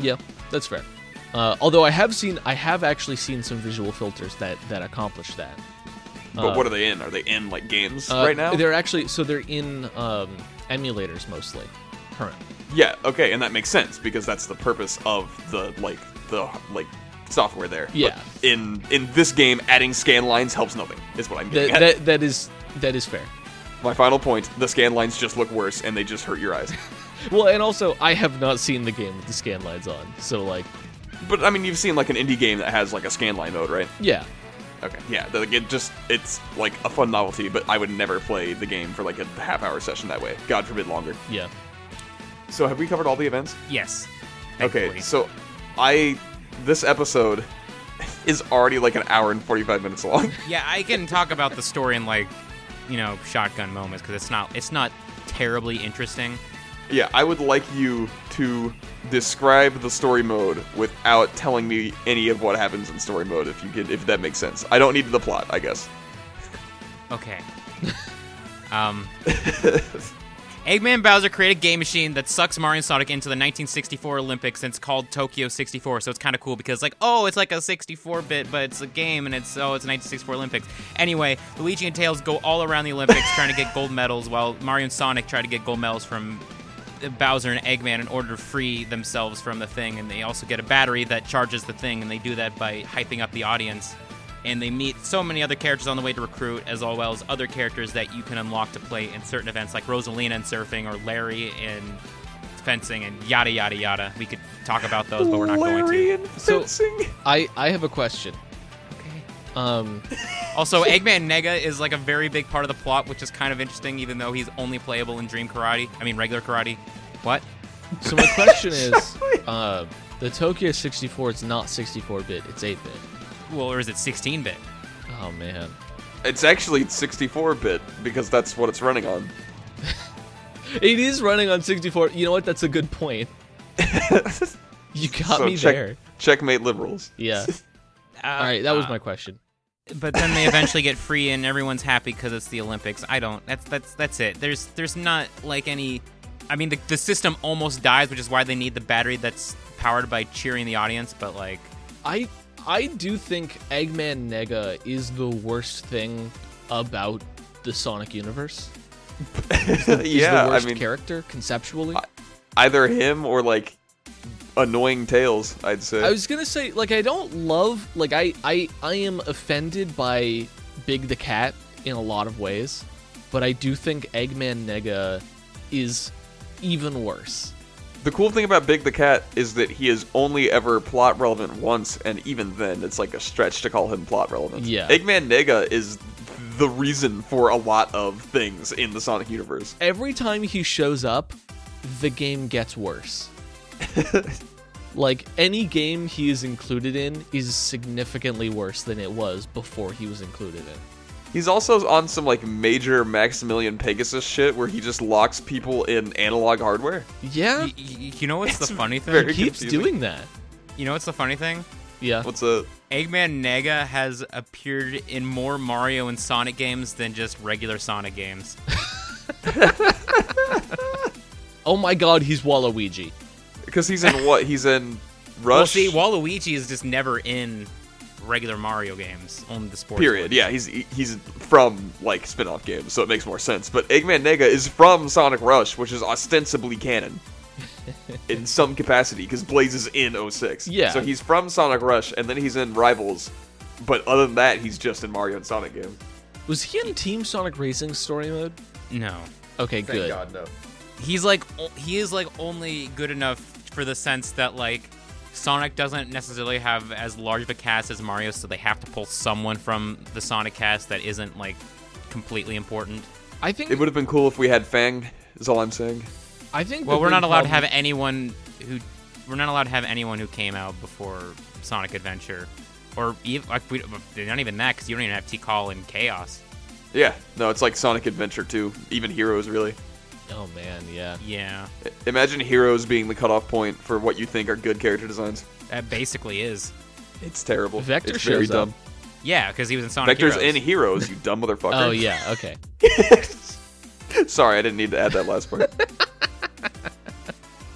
Yeah, that's fair. Uh, although I have seen, I have actually seen some visual filters that that accomplish that. But what are they in? Are they in like games Uh, right now? they're actually so they're in um, emulators mostly, currently. Yeah. Okay, and that makes sense because that's the purpose of the like the like software there. But Yeah. in in this game, adding scan lines helps nothing. Is what I'm getting. That, at. that that is that is fair. My final point: the scan lines just look worse, and they just hurt your eyes. Well, and also I have not seen the game with the scan lines on, so like, but I mean, you've seen like an indie game that has like a scan line mode, right? yeah, Okay. Yeah. that- Like, it just it's like a fun novelty, but I would never play the game for like a half hour session that way. God forbid longer. yeah. So have we covered all the events? Yes. Okay, Thankfully. so I this episode is already like an hour and forty five minutes long. Yeah, I can talk about the story in like you know shotgun moments because it's not it's not terribly interesting. Yeah, I would like you to describe the story mode without telling me any of what happens in story mode if you can if that makes sense. I don't need the plot, I guess. Okay. um. Eggman Bowser created a game machine that sucks Mario and Sonic into the 1964 Olympics, and it's called Tokyo 64. So it's kind of cool because, like, oh, it's like a 64-bit, but it's a game, and it's oh, it's 1964 Olympics. Anyway, Luigi and Tails go all around the Olympics trying to get gold medals, while Mario and Sonic try to get gold medals from Bowser and Eggman in order to free themselves from the thing. And they also get a battery that charges the thing, and they do that by hyping up the audience. And they meet so many other characters on the way to recruit, as well as other characters that you can unlock to play in certain events, like Rosalina in surfing or Larry in fencing, and yada yada yada. We could talk about those, but we're not going to. and So- I I have a question. Um, Also, Eggman Nega is like a very big part of the plot, which is kind of interesting, even though he's only playable in Dream Karate. I mean, regular karate. What? so my question is, uh, the Tokyo 64 is not 64 bit; it's 8 bit. Well, or is it 16 bit? Oh man, It's actually 64-bit because that's what it's running on. it is running on 64. You know what? That's a good point. You got So me check- there. Checkmate liberals. Yeah. Uh, All right, that was my question. But then they eventually get free, and everyone's happy because it's the Olympics. I don't. That's that's that's it. There's there's not like any. I mean, the, the system almost dies, which is why they need the battery that's powered by cheering the audience. But like, I I do think Eggman Nega is the worst thing about the Sonic universe. He's yeah, the worst I mean character conceptually. I, either him or like annoying Tails, I'd say. was gonna say like I don't love like I I I am offended by Big the Cat in a lot of ways, but I do think Eggman Nega is even worse. The cool thing about Big the Cat is that he is only ever plot relevant once, and even then, it's like a stretch to call him plot relevant. Yeah. Eggman Nega is the reason for a lot of things in the Sonic universe. every time he shows up, the game gets worse. like any game he is included in is significantly worse than it was before he was included in. He's also on some like major Maximilian Pegasus shit where he just locks people in analog hardware. Yeah, y- y- you know what's the funny thing? he very- keeps confusing. doing that. You know what's the funny thing? Yeah. What's a Eggman Nega has appeared in more Mario and Sonic games than just regular Sonic games. Oh my god, he's Waluigi. because he's in what? He's in Well, Rush. see, Waluigi is just never in regular Mario games, only the sports. period. ones. Yeah, he's he's from like spin-off games, so it makes more sense. But Eggman Nega is from Sonic Rush, which is ostensibly canon in some capacity because Blaze is in 06. Yeah. So he's from Sonic Rush and then he's in Rivals. But other than that, he's just in Mario and Sonic games. Was he in Team Sonic Racing story mode? No. Okay, good. no. he's like o- he is like only good enough for the sense that like Sonic doesn't necessarily have as large of a cast as Mario, so they have to pull someone from the Sonic cast that isn't like completely important. I think It would have been cool if we had Fang. Is all I'm saying. I think Well, the we're big not allowed to have problem- anyone who we're not allowed to have anyone who came out before Sonic Adventure, or even like we, not even that because you don't even have T Call and Chaos. Yeah. No, it's like Sonic Adventure 2. Even Heroes, really. Oh man, yeah. Yeah, I- Imagine Heroes being the cutoff point for what you think are good character designs. that basically is. It's terrible. Vector it's very shows up. dumb. Yeah, because he was in Sonic. Vector's Heroes. in Heroes, you dumb motherfucker. Oh yeah, okay. Sorry, I didn't need to add that last part.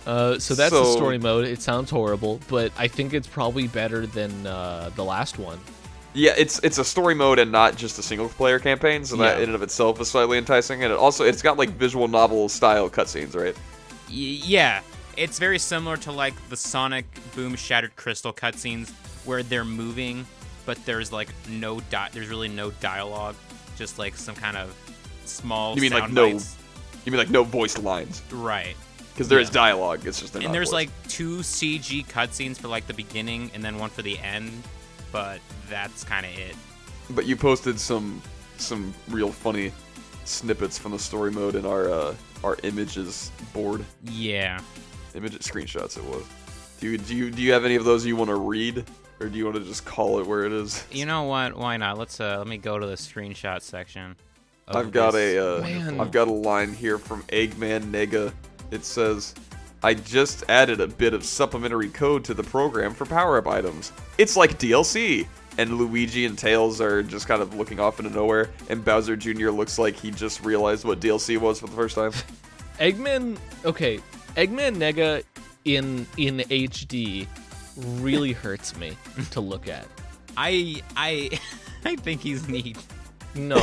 Uh, so that's the So- story mode. It sounds horrible, but I think it's probably better than uh, the last one. yeah, it's it's a story mode and not just a single player campaign, so that Yeah. in and of itself is slightly enticing, and it also it's got like visual novel style cutscenes, right? Y- yeah, it's very similar to like the Sonic Boom Shattered Crystal cutscenes where they're moving, but there's like no di- there's really no dialogue, just like some kind of small. You mean, like, sound no- bites. You mean like no voiced lines Right, because there is Yeah. dialogue. It's just they're not and there's voiced. like two CG cutscenes for like the beginning and then one for the end, but that's kind of it. but you posted some some real funny snippets from the story mode in our uh, our images board, Yeah. image screenshots. It was. Do you do you do you have any of those you want to read, or do you want to just call it where it is? You know what? Why not? Let's uh let me go to the screenshot section. of I've got this. a uh, Man. I've got a line here from Eggman Nega. It says, "I just added a bit of supplementary code to the program for power-up items. It's like DLC." And Luigi and Tails are just kind of looking off into nowhere, and Bowser Jr. looks like he just realized what DLC was for the first time. Eggman. Okay, Eggman Nega in in HD really hurts me to look at. I I I think he's neat. No,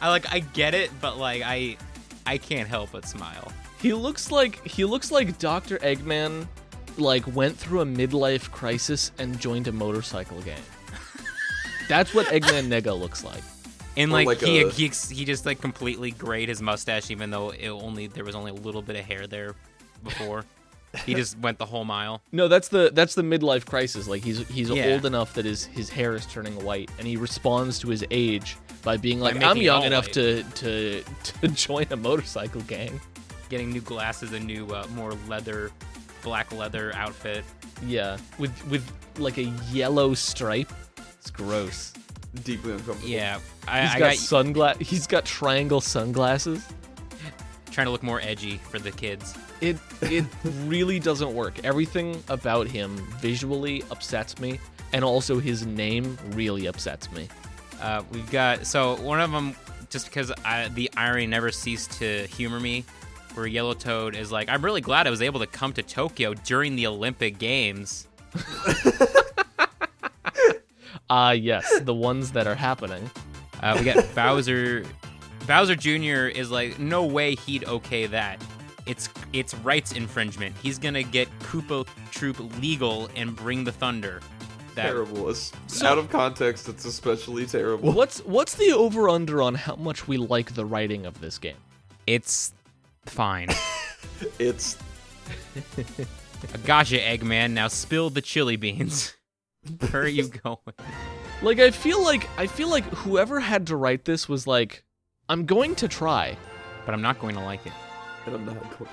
I like I get it, but like I I can't help but smile. he looks like he looks like Doctor Eggman, like went through a midlife crisis and joined a motorcycle gang. That's what Eggman Nega looks like. And Oh Or like, like he, a- he ex- he just like completely grayed his mustache, even though it only there was only a little bit of hair there before. he just went the whole mile. No, that's the that's the midlife crisis. Like he's he's Yeah. old enough that his his hair is turning white, and he responds to his age by being like, making "I'm it young all enough white." to to to join a motorcycle gang." Getting new glasses, a new uh, more leather, black leather outfit. Yeah, with with like a yellow stripe. It's gross. Deeply uncomfortable. Yeah, I, He's I got got sungla- He's got triangle sunglasses. trying to look more edgy for the kids. It it really doesn't work. Everything about him visually upsets me, and also his name really upsets me. Uh, we've got so one of them just because I, the irony never ceased to humor me. Where Yellow Toad is like, I'm really glad I was able to come to Tokyo during the Olympic Games. Ah, yes, the ones that are happening. Uh, we got Bowser. Bowser Jr. is like, no way he'd okay that. It's it's rights infringement. He's gonna get Koopa Troop legal and bring the thunder. That terrible. It's out of context. It's especially terrible. What's what's the over under on how much we like the writing of this game? it's fine. It's Gotcha, Eggman. Now spill the chili beans. Where are you going? Like I feel like I feel like whoever had to write this was like, I'm going to try. But I'm not going to like it. and I'm not going.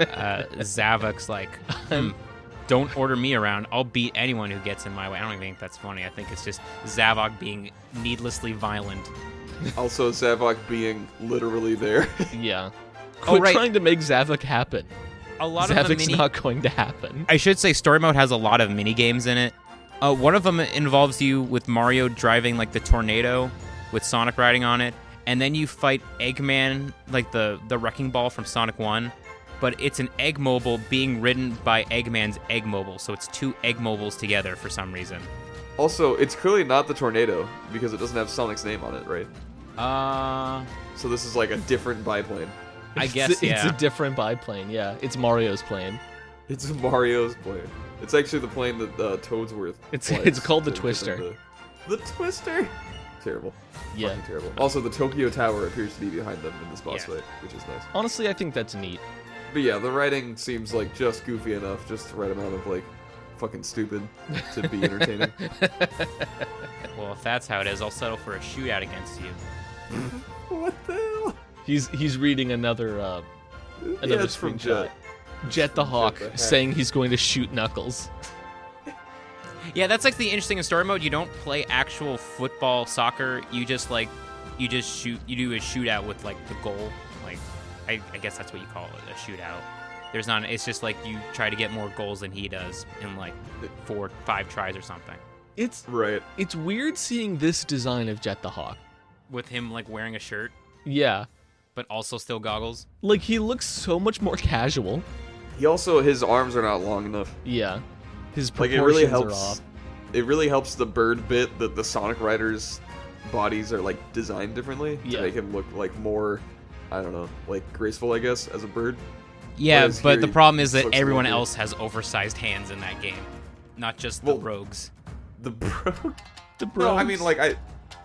uh, Zavok's like, hmm, don't order me around. I'll beat anyone who gets in my way. I don't even think that's funny. I think it's just Zavok being needlessly violent. Also, Zavok being literally there. Yeah. Oh, Quit right. trying to make Zavok happen. A lot of the Zavok's mini. not going to happen. I should say story mode has a lot of mini games in it. Uh, one of them involves you with Mario driving like the tornado with Sonic riding on it, and then you fight Eggman like the the wrecking ball from Sonic One. But it's an egg mobile being ridden by Eggman's egg mobile, so it's two egg mobiles together for some reason. Also, it's clearly not the tornado because it doesn't have Sonic's name on it, right? Uh, So this is like a different biplane. I It's- guess it's, yeah. a different biplane. Yeah, it's Mario's plane. It's Mario's plane. It's actually the plane that uh, Toadsworth. It's- flies it's called the to- to Twister. The, the Twister. Terrible. Yeah. Fucking terrible. Also, the Tokyo Tower appears to be behind them in this boss Yeah. fight, which is nice. Honestly, I think that's neat. But yeah, the writing seems like just goofy enough, just the right amount of like fucking stupid to be entertaining. well, if that's how it is, I'll settle for a shootout against you. what the hell? He's he's reading another uh, another yeah, it's from screenshot. Jet. Jet the Hawk the Hawk. saying he's going to shoot Knuckles. Yeah, that's like the interesting in story mode. You don't play actual football, soccer. You just like, you just shoot. You do a shootout with like the goal. Like, I, I guess that's what you call it, a shootout. There's not. It's just like you try to get more goals than he does in like four, five tries or something. It's Right. it's weird seeing this design of Jet the Hawk. With him like wearing a shirt, Yeah, but also still goggles. like he looks so much more casual. He also his arms are not long enough. Yeah, his Like it proportions really are off. helps. It really helps the bird bit that the Sonic Riders bodies are like designed differently Yeah. to make him look like more, I don't know, like graceful, I guess, as a bird. Yeah, Whereas but here the he problem is just that looks everyone weird. else has oversized hands in that game, not just the Well, rogues. The bro. The No, I mean bros. like I.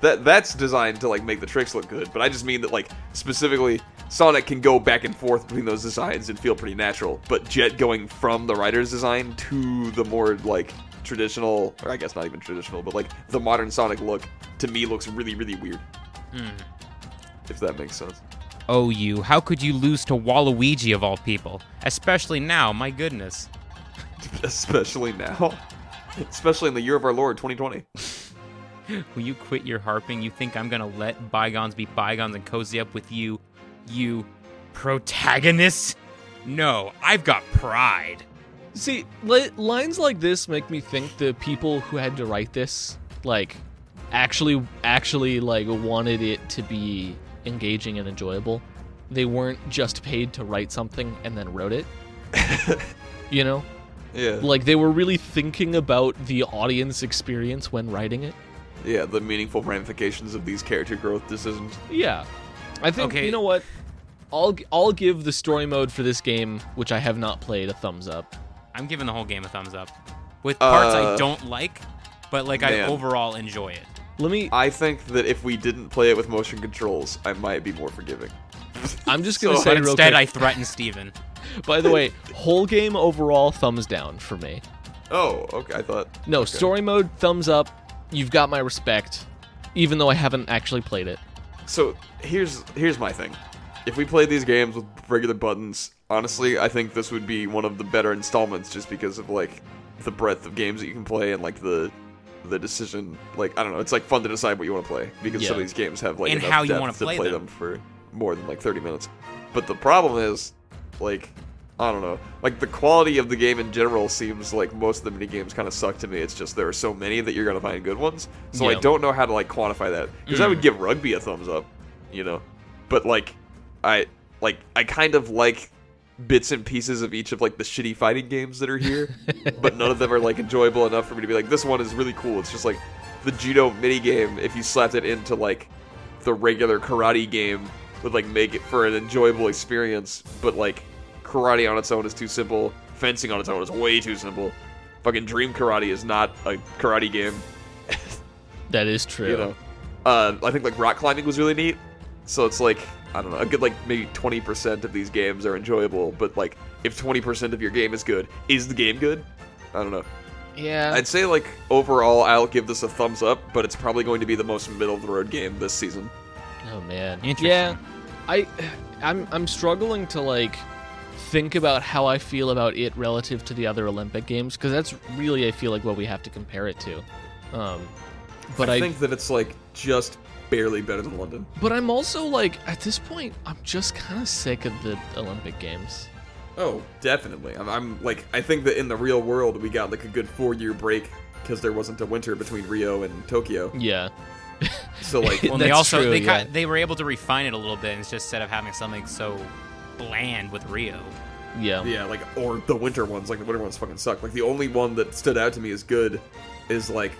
That that's designed to like make the tricks look good, but I just mean that like specifically Sonic can go back and forth between those designs and feel pretty natural. But Jet going from the Riders design to the more like traditional, or I guess not even traditional, but like the modern Sonic look to me looks really really weird. If that makes sense. Oh, you! How could you lose to Waluigi of all people? Especially now, my goodness. especially now especially in the year of our lord 2020 Will you quit your harping? You think I'm gonna let bygones be bygones and cozy up with you, you protagonist? No, I've got pride. See, li- lines like this make me think the people who had to write this, like, actually, actually, like, wanted it to be engaging and enjoyable. They weren't just paid to write something and then wrote it. you know, Yeah. like they were really thinking about the audience experience when writing it. Yeah, the meaningful ramifications of these character growth decisions. Yeah, I think Okay. you know what. I'll g- I'll give the story mode for this game, which I have not played, a thumbs up. I'm giving the whole game a thumbs up. With parts I Uh, don't like, but like I man. overall enjoy it. Let me. I think that if we didn't play it with motion controls, I might be more forgiving. I'm just gonna so- say But real instead quick. I threaten Steven. By the way, whole game overall thumbs down for me. Oh, okay. I thought. No, okay. story mode thumbs up. You've got my respect, even though I haven't actually played it. So here's here's my thing. If we played these games with regular buttons, honestly, I think this would be one of the better installments, just because of like the breadth of games that you can play and like the the decision. Like I don't know, it's like fun to decide what you want to play because some Yeah. of these games have like And enough how you depth wanna to play play them. them for more than like 30 minutes. But the problem is, like, I don't know. Like the quality of the game in general seems like most of the mini games kind of suck to me. It's just there are so many that you're gonna find good ones. So Yeah. I don't know how to like quantify that because I would give rugby a thumbs up, you know. But like, I like I kind of like bits and pieces of each of like the shitty fighting games that are here, but none of them are like enjoyable enough for me to be like this one is really cool. It's just like the judo mini game if you slapped it into like the regular karate game would like make it for an enjoyable experience, but like karate on its own is too simple. Fencing on its own is way too simple. Fucking Dream Karate is not a karate game, That is true. you know. Uh, I think like rock climbing was really neat. So it's like I don't know, a good like maybe twenty percent of these games are enjoyable, but like if twenty percent of your game is good, is the game good? I don't know. Yeah. I'd say like overall, I'll give this a thumbs up, but it's probably going to be the most middle of the road game this season. oh man. Interesting. Yeah. I I'm I'm struggling to like think about how I feel about it relative to the other Olympic games because that's really I feel like what we have to compare it to. Um but I, think that it's like just barely better than London. but I'm also like at this point I'm just kind of sick of the Olympic games. Oh, definitely. I'm, I'm like, I think that in the real world, we got like a good four year break because there wasn't a winter between Rio and Tokyo. Yeah. So like, Well, and they That's also true, they yeah. ki- they were able to refine it a little bit and it's just instead of having something so bland with Rio. Yeah. yeah, like or the winter ones, like the winter ones fucking suck. Like the only one that stood out to me as good is like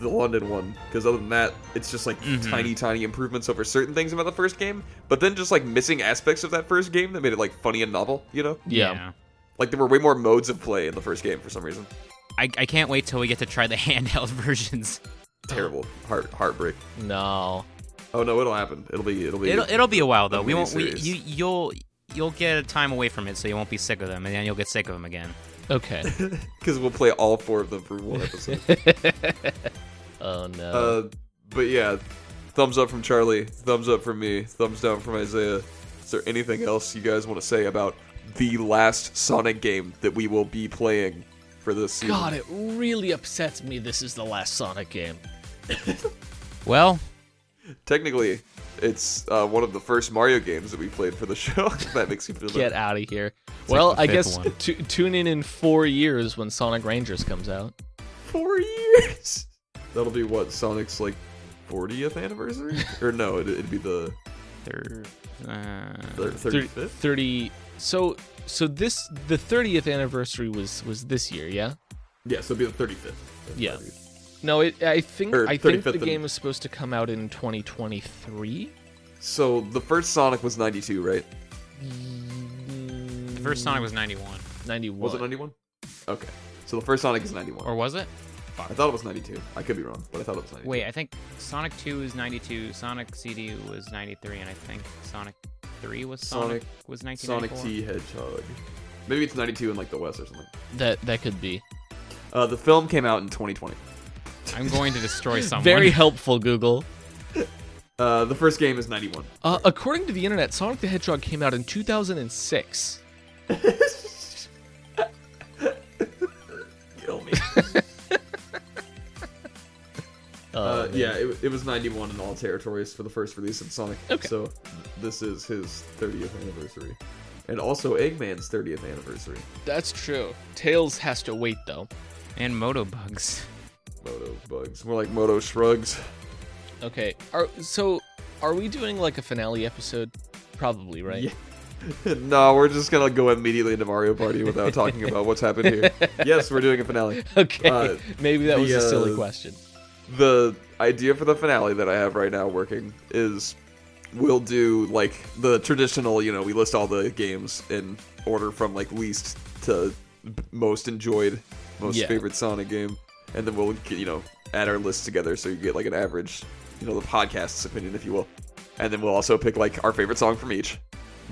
the London one because other than that, it's just like tiny, tiny improvements over certain things about the first game, but then just like missing aspects of that first game that made it like funny and novel. You know, Yeah. like there were way more modes of play in the first game for some reason. I, I can't wait till we get to try the handheld versions. Terrible, heart heartbreak. No. Oh no, it'll happen. It'll be it'll be It'll it'll be a while though. The We won't. We, miniseries. you you'll you'll get a time away from it, so you won't be sick of them, and then you'll get sick of them again. Okay. Because we'll play all four of them for one episode. oh no. uh, but yeah, thumbs up from Charlie, thumbs up from me, thumbs down from Isaiah. Is there anything else you guys want to say about the last Sonic game that we will be playing for this season? God, it really upsets me this is the last Sonic game. Well, Technically, it's uh, one of the first Mario games that we played for the show. that makes you feel Get better. out of here. well, the I fifth guess one. tu- tune in in four years when Sonic Rangers comes out. four years. That'll be what Sonic's like 40th anniversary, or no, it'd, it'd be the they're, uh, thir- Thir- 35th. 30 so so this the 30th anniversary was was this year, yeah? Yeah, so it'd be the 35th. Yeah. No, it, I think Or I think 35th the and- game was supposed to come out in 2023. So the first Sonic was 92, right? Mm, the first Sonic was ninety one, 91. Was it 91? Okay. So the first Sonic is 91. or was it? I thought it was 92. I could be wrong, but I thought it was 92. Wait, I think Sonic two is ninety two, Sonic CD was ninety three, and I think Sonic three was Sonic- Sonic, was nineteen ninety Sonic four. T Hedgehog. Maybe it's 92 in like the West or something. that that could be. Uh, the film came out in 2020. I'm going to destroy someone. Very helpful Google. Uh, the first game is 91. Uh, according to the internet, Sonic the Hedgehog came out in 2006. Uh, Kill me. Uh, Oh, yeah, it, it was 91 in all territories for the first release of Sonic. Okay. So this is his 30th anniversary. And also Eggman's 30th anniversary. That's true. Tails has to wait though. and moto bugs. Moto bugs. More like Moto shrugs. Okay. Are so are we doing like a finale episode? Probably, right? Yeah. no, we're just gonna go immediately into Mario Party without talking about what's happened here. Yes, we're doing a finale. Okay. Uh, Maybe that the, was a silly uh, question. The idea for the finale that I have right now working is we'll do like the traditional, you know, we list all the games in order from like least to b- most enjoyed, most Yeah. favorite Sonic game, and then we'll get, you know add our list together so you get like an average, you know, the podcast's opinion, if you will, and then we'll also pick like our favorite song from each.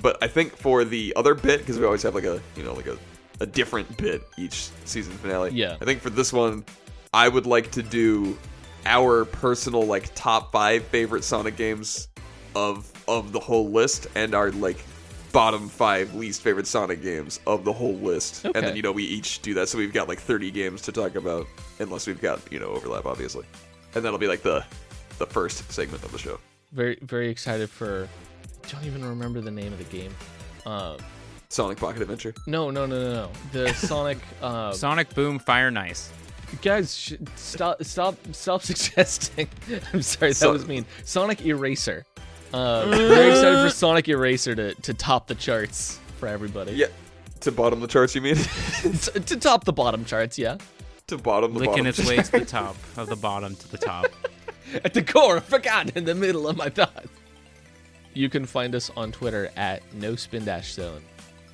But I think for the other bit, because we always have like a you know like a a different bit each season finale. Yeah. I think for this one, I would like to do our personal like top five favorite Sonic games of of the whole list and our like bottom five least favorite Sonic games of the whole list. And then Okay. you know we each do that, so we've got like thirty games to talk about, unless we've got you know overlap, obviously. And that'll be like the the first segment of the show. Very very excited for don't even remember the name of the game. Uh, Sonic Pocket Adventure. no, no, no, no, no. The Sonic. Uh, Sonic Boom Fire and Ice. guys, sh- stop, stop, stop suggesting. I'm sorry, that So- was mean. Sonic Eraser. Uh, very excited for Sonic Eraser to, to top the charts for everybody. Yeah. To bottom the charts, you mean? to, to top the bottom charts, yeah. to bottom the bottom Licking its way to the top, of the bottom to the top. At the core, forgotten in the middle of my thought. You can find us on Twitter at no spin dash zone.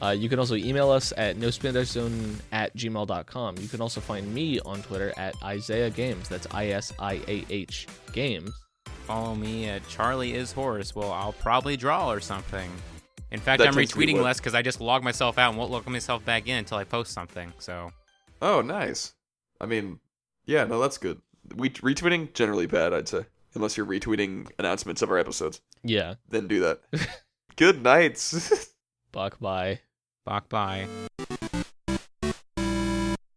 Uh, you can also email us at no spin dash zone at gmail.com. You can also find me on Twitter at Isaiah Games. That's I S I A H Games. Follow me at Charlie is Horse. Well, I'll probably draw or something. In fact, That I'm tends to be retweeting what- less because I just log myself out and won't log myself back in until I post something. So Oh, nice. I mean, yeah, no, that's good. We retweeting generally bad, I'd say, unless you're retweeting announcements of our episodes. Yeah. Then do that. good nights. Bach bye. Bach bye.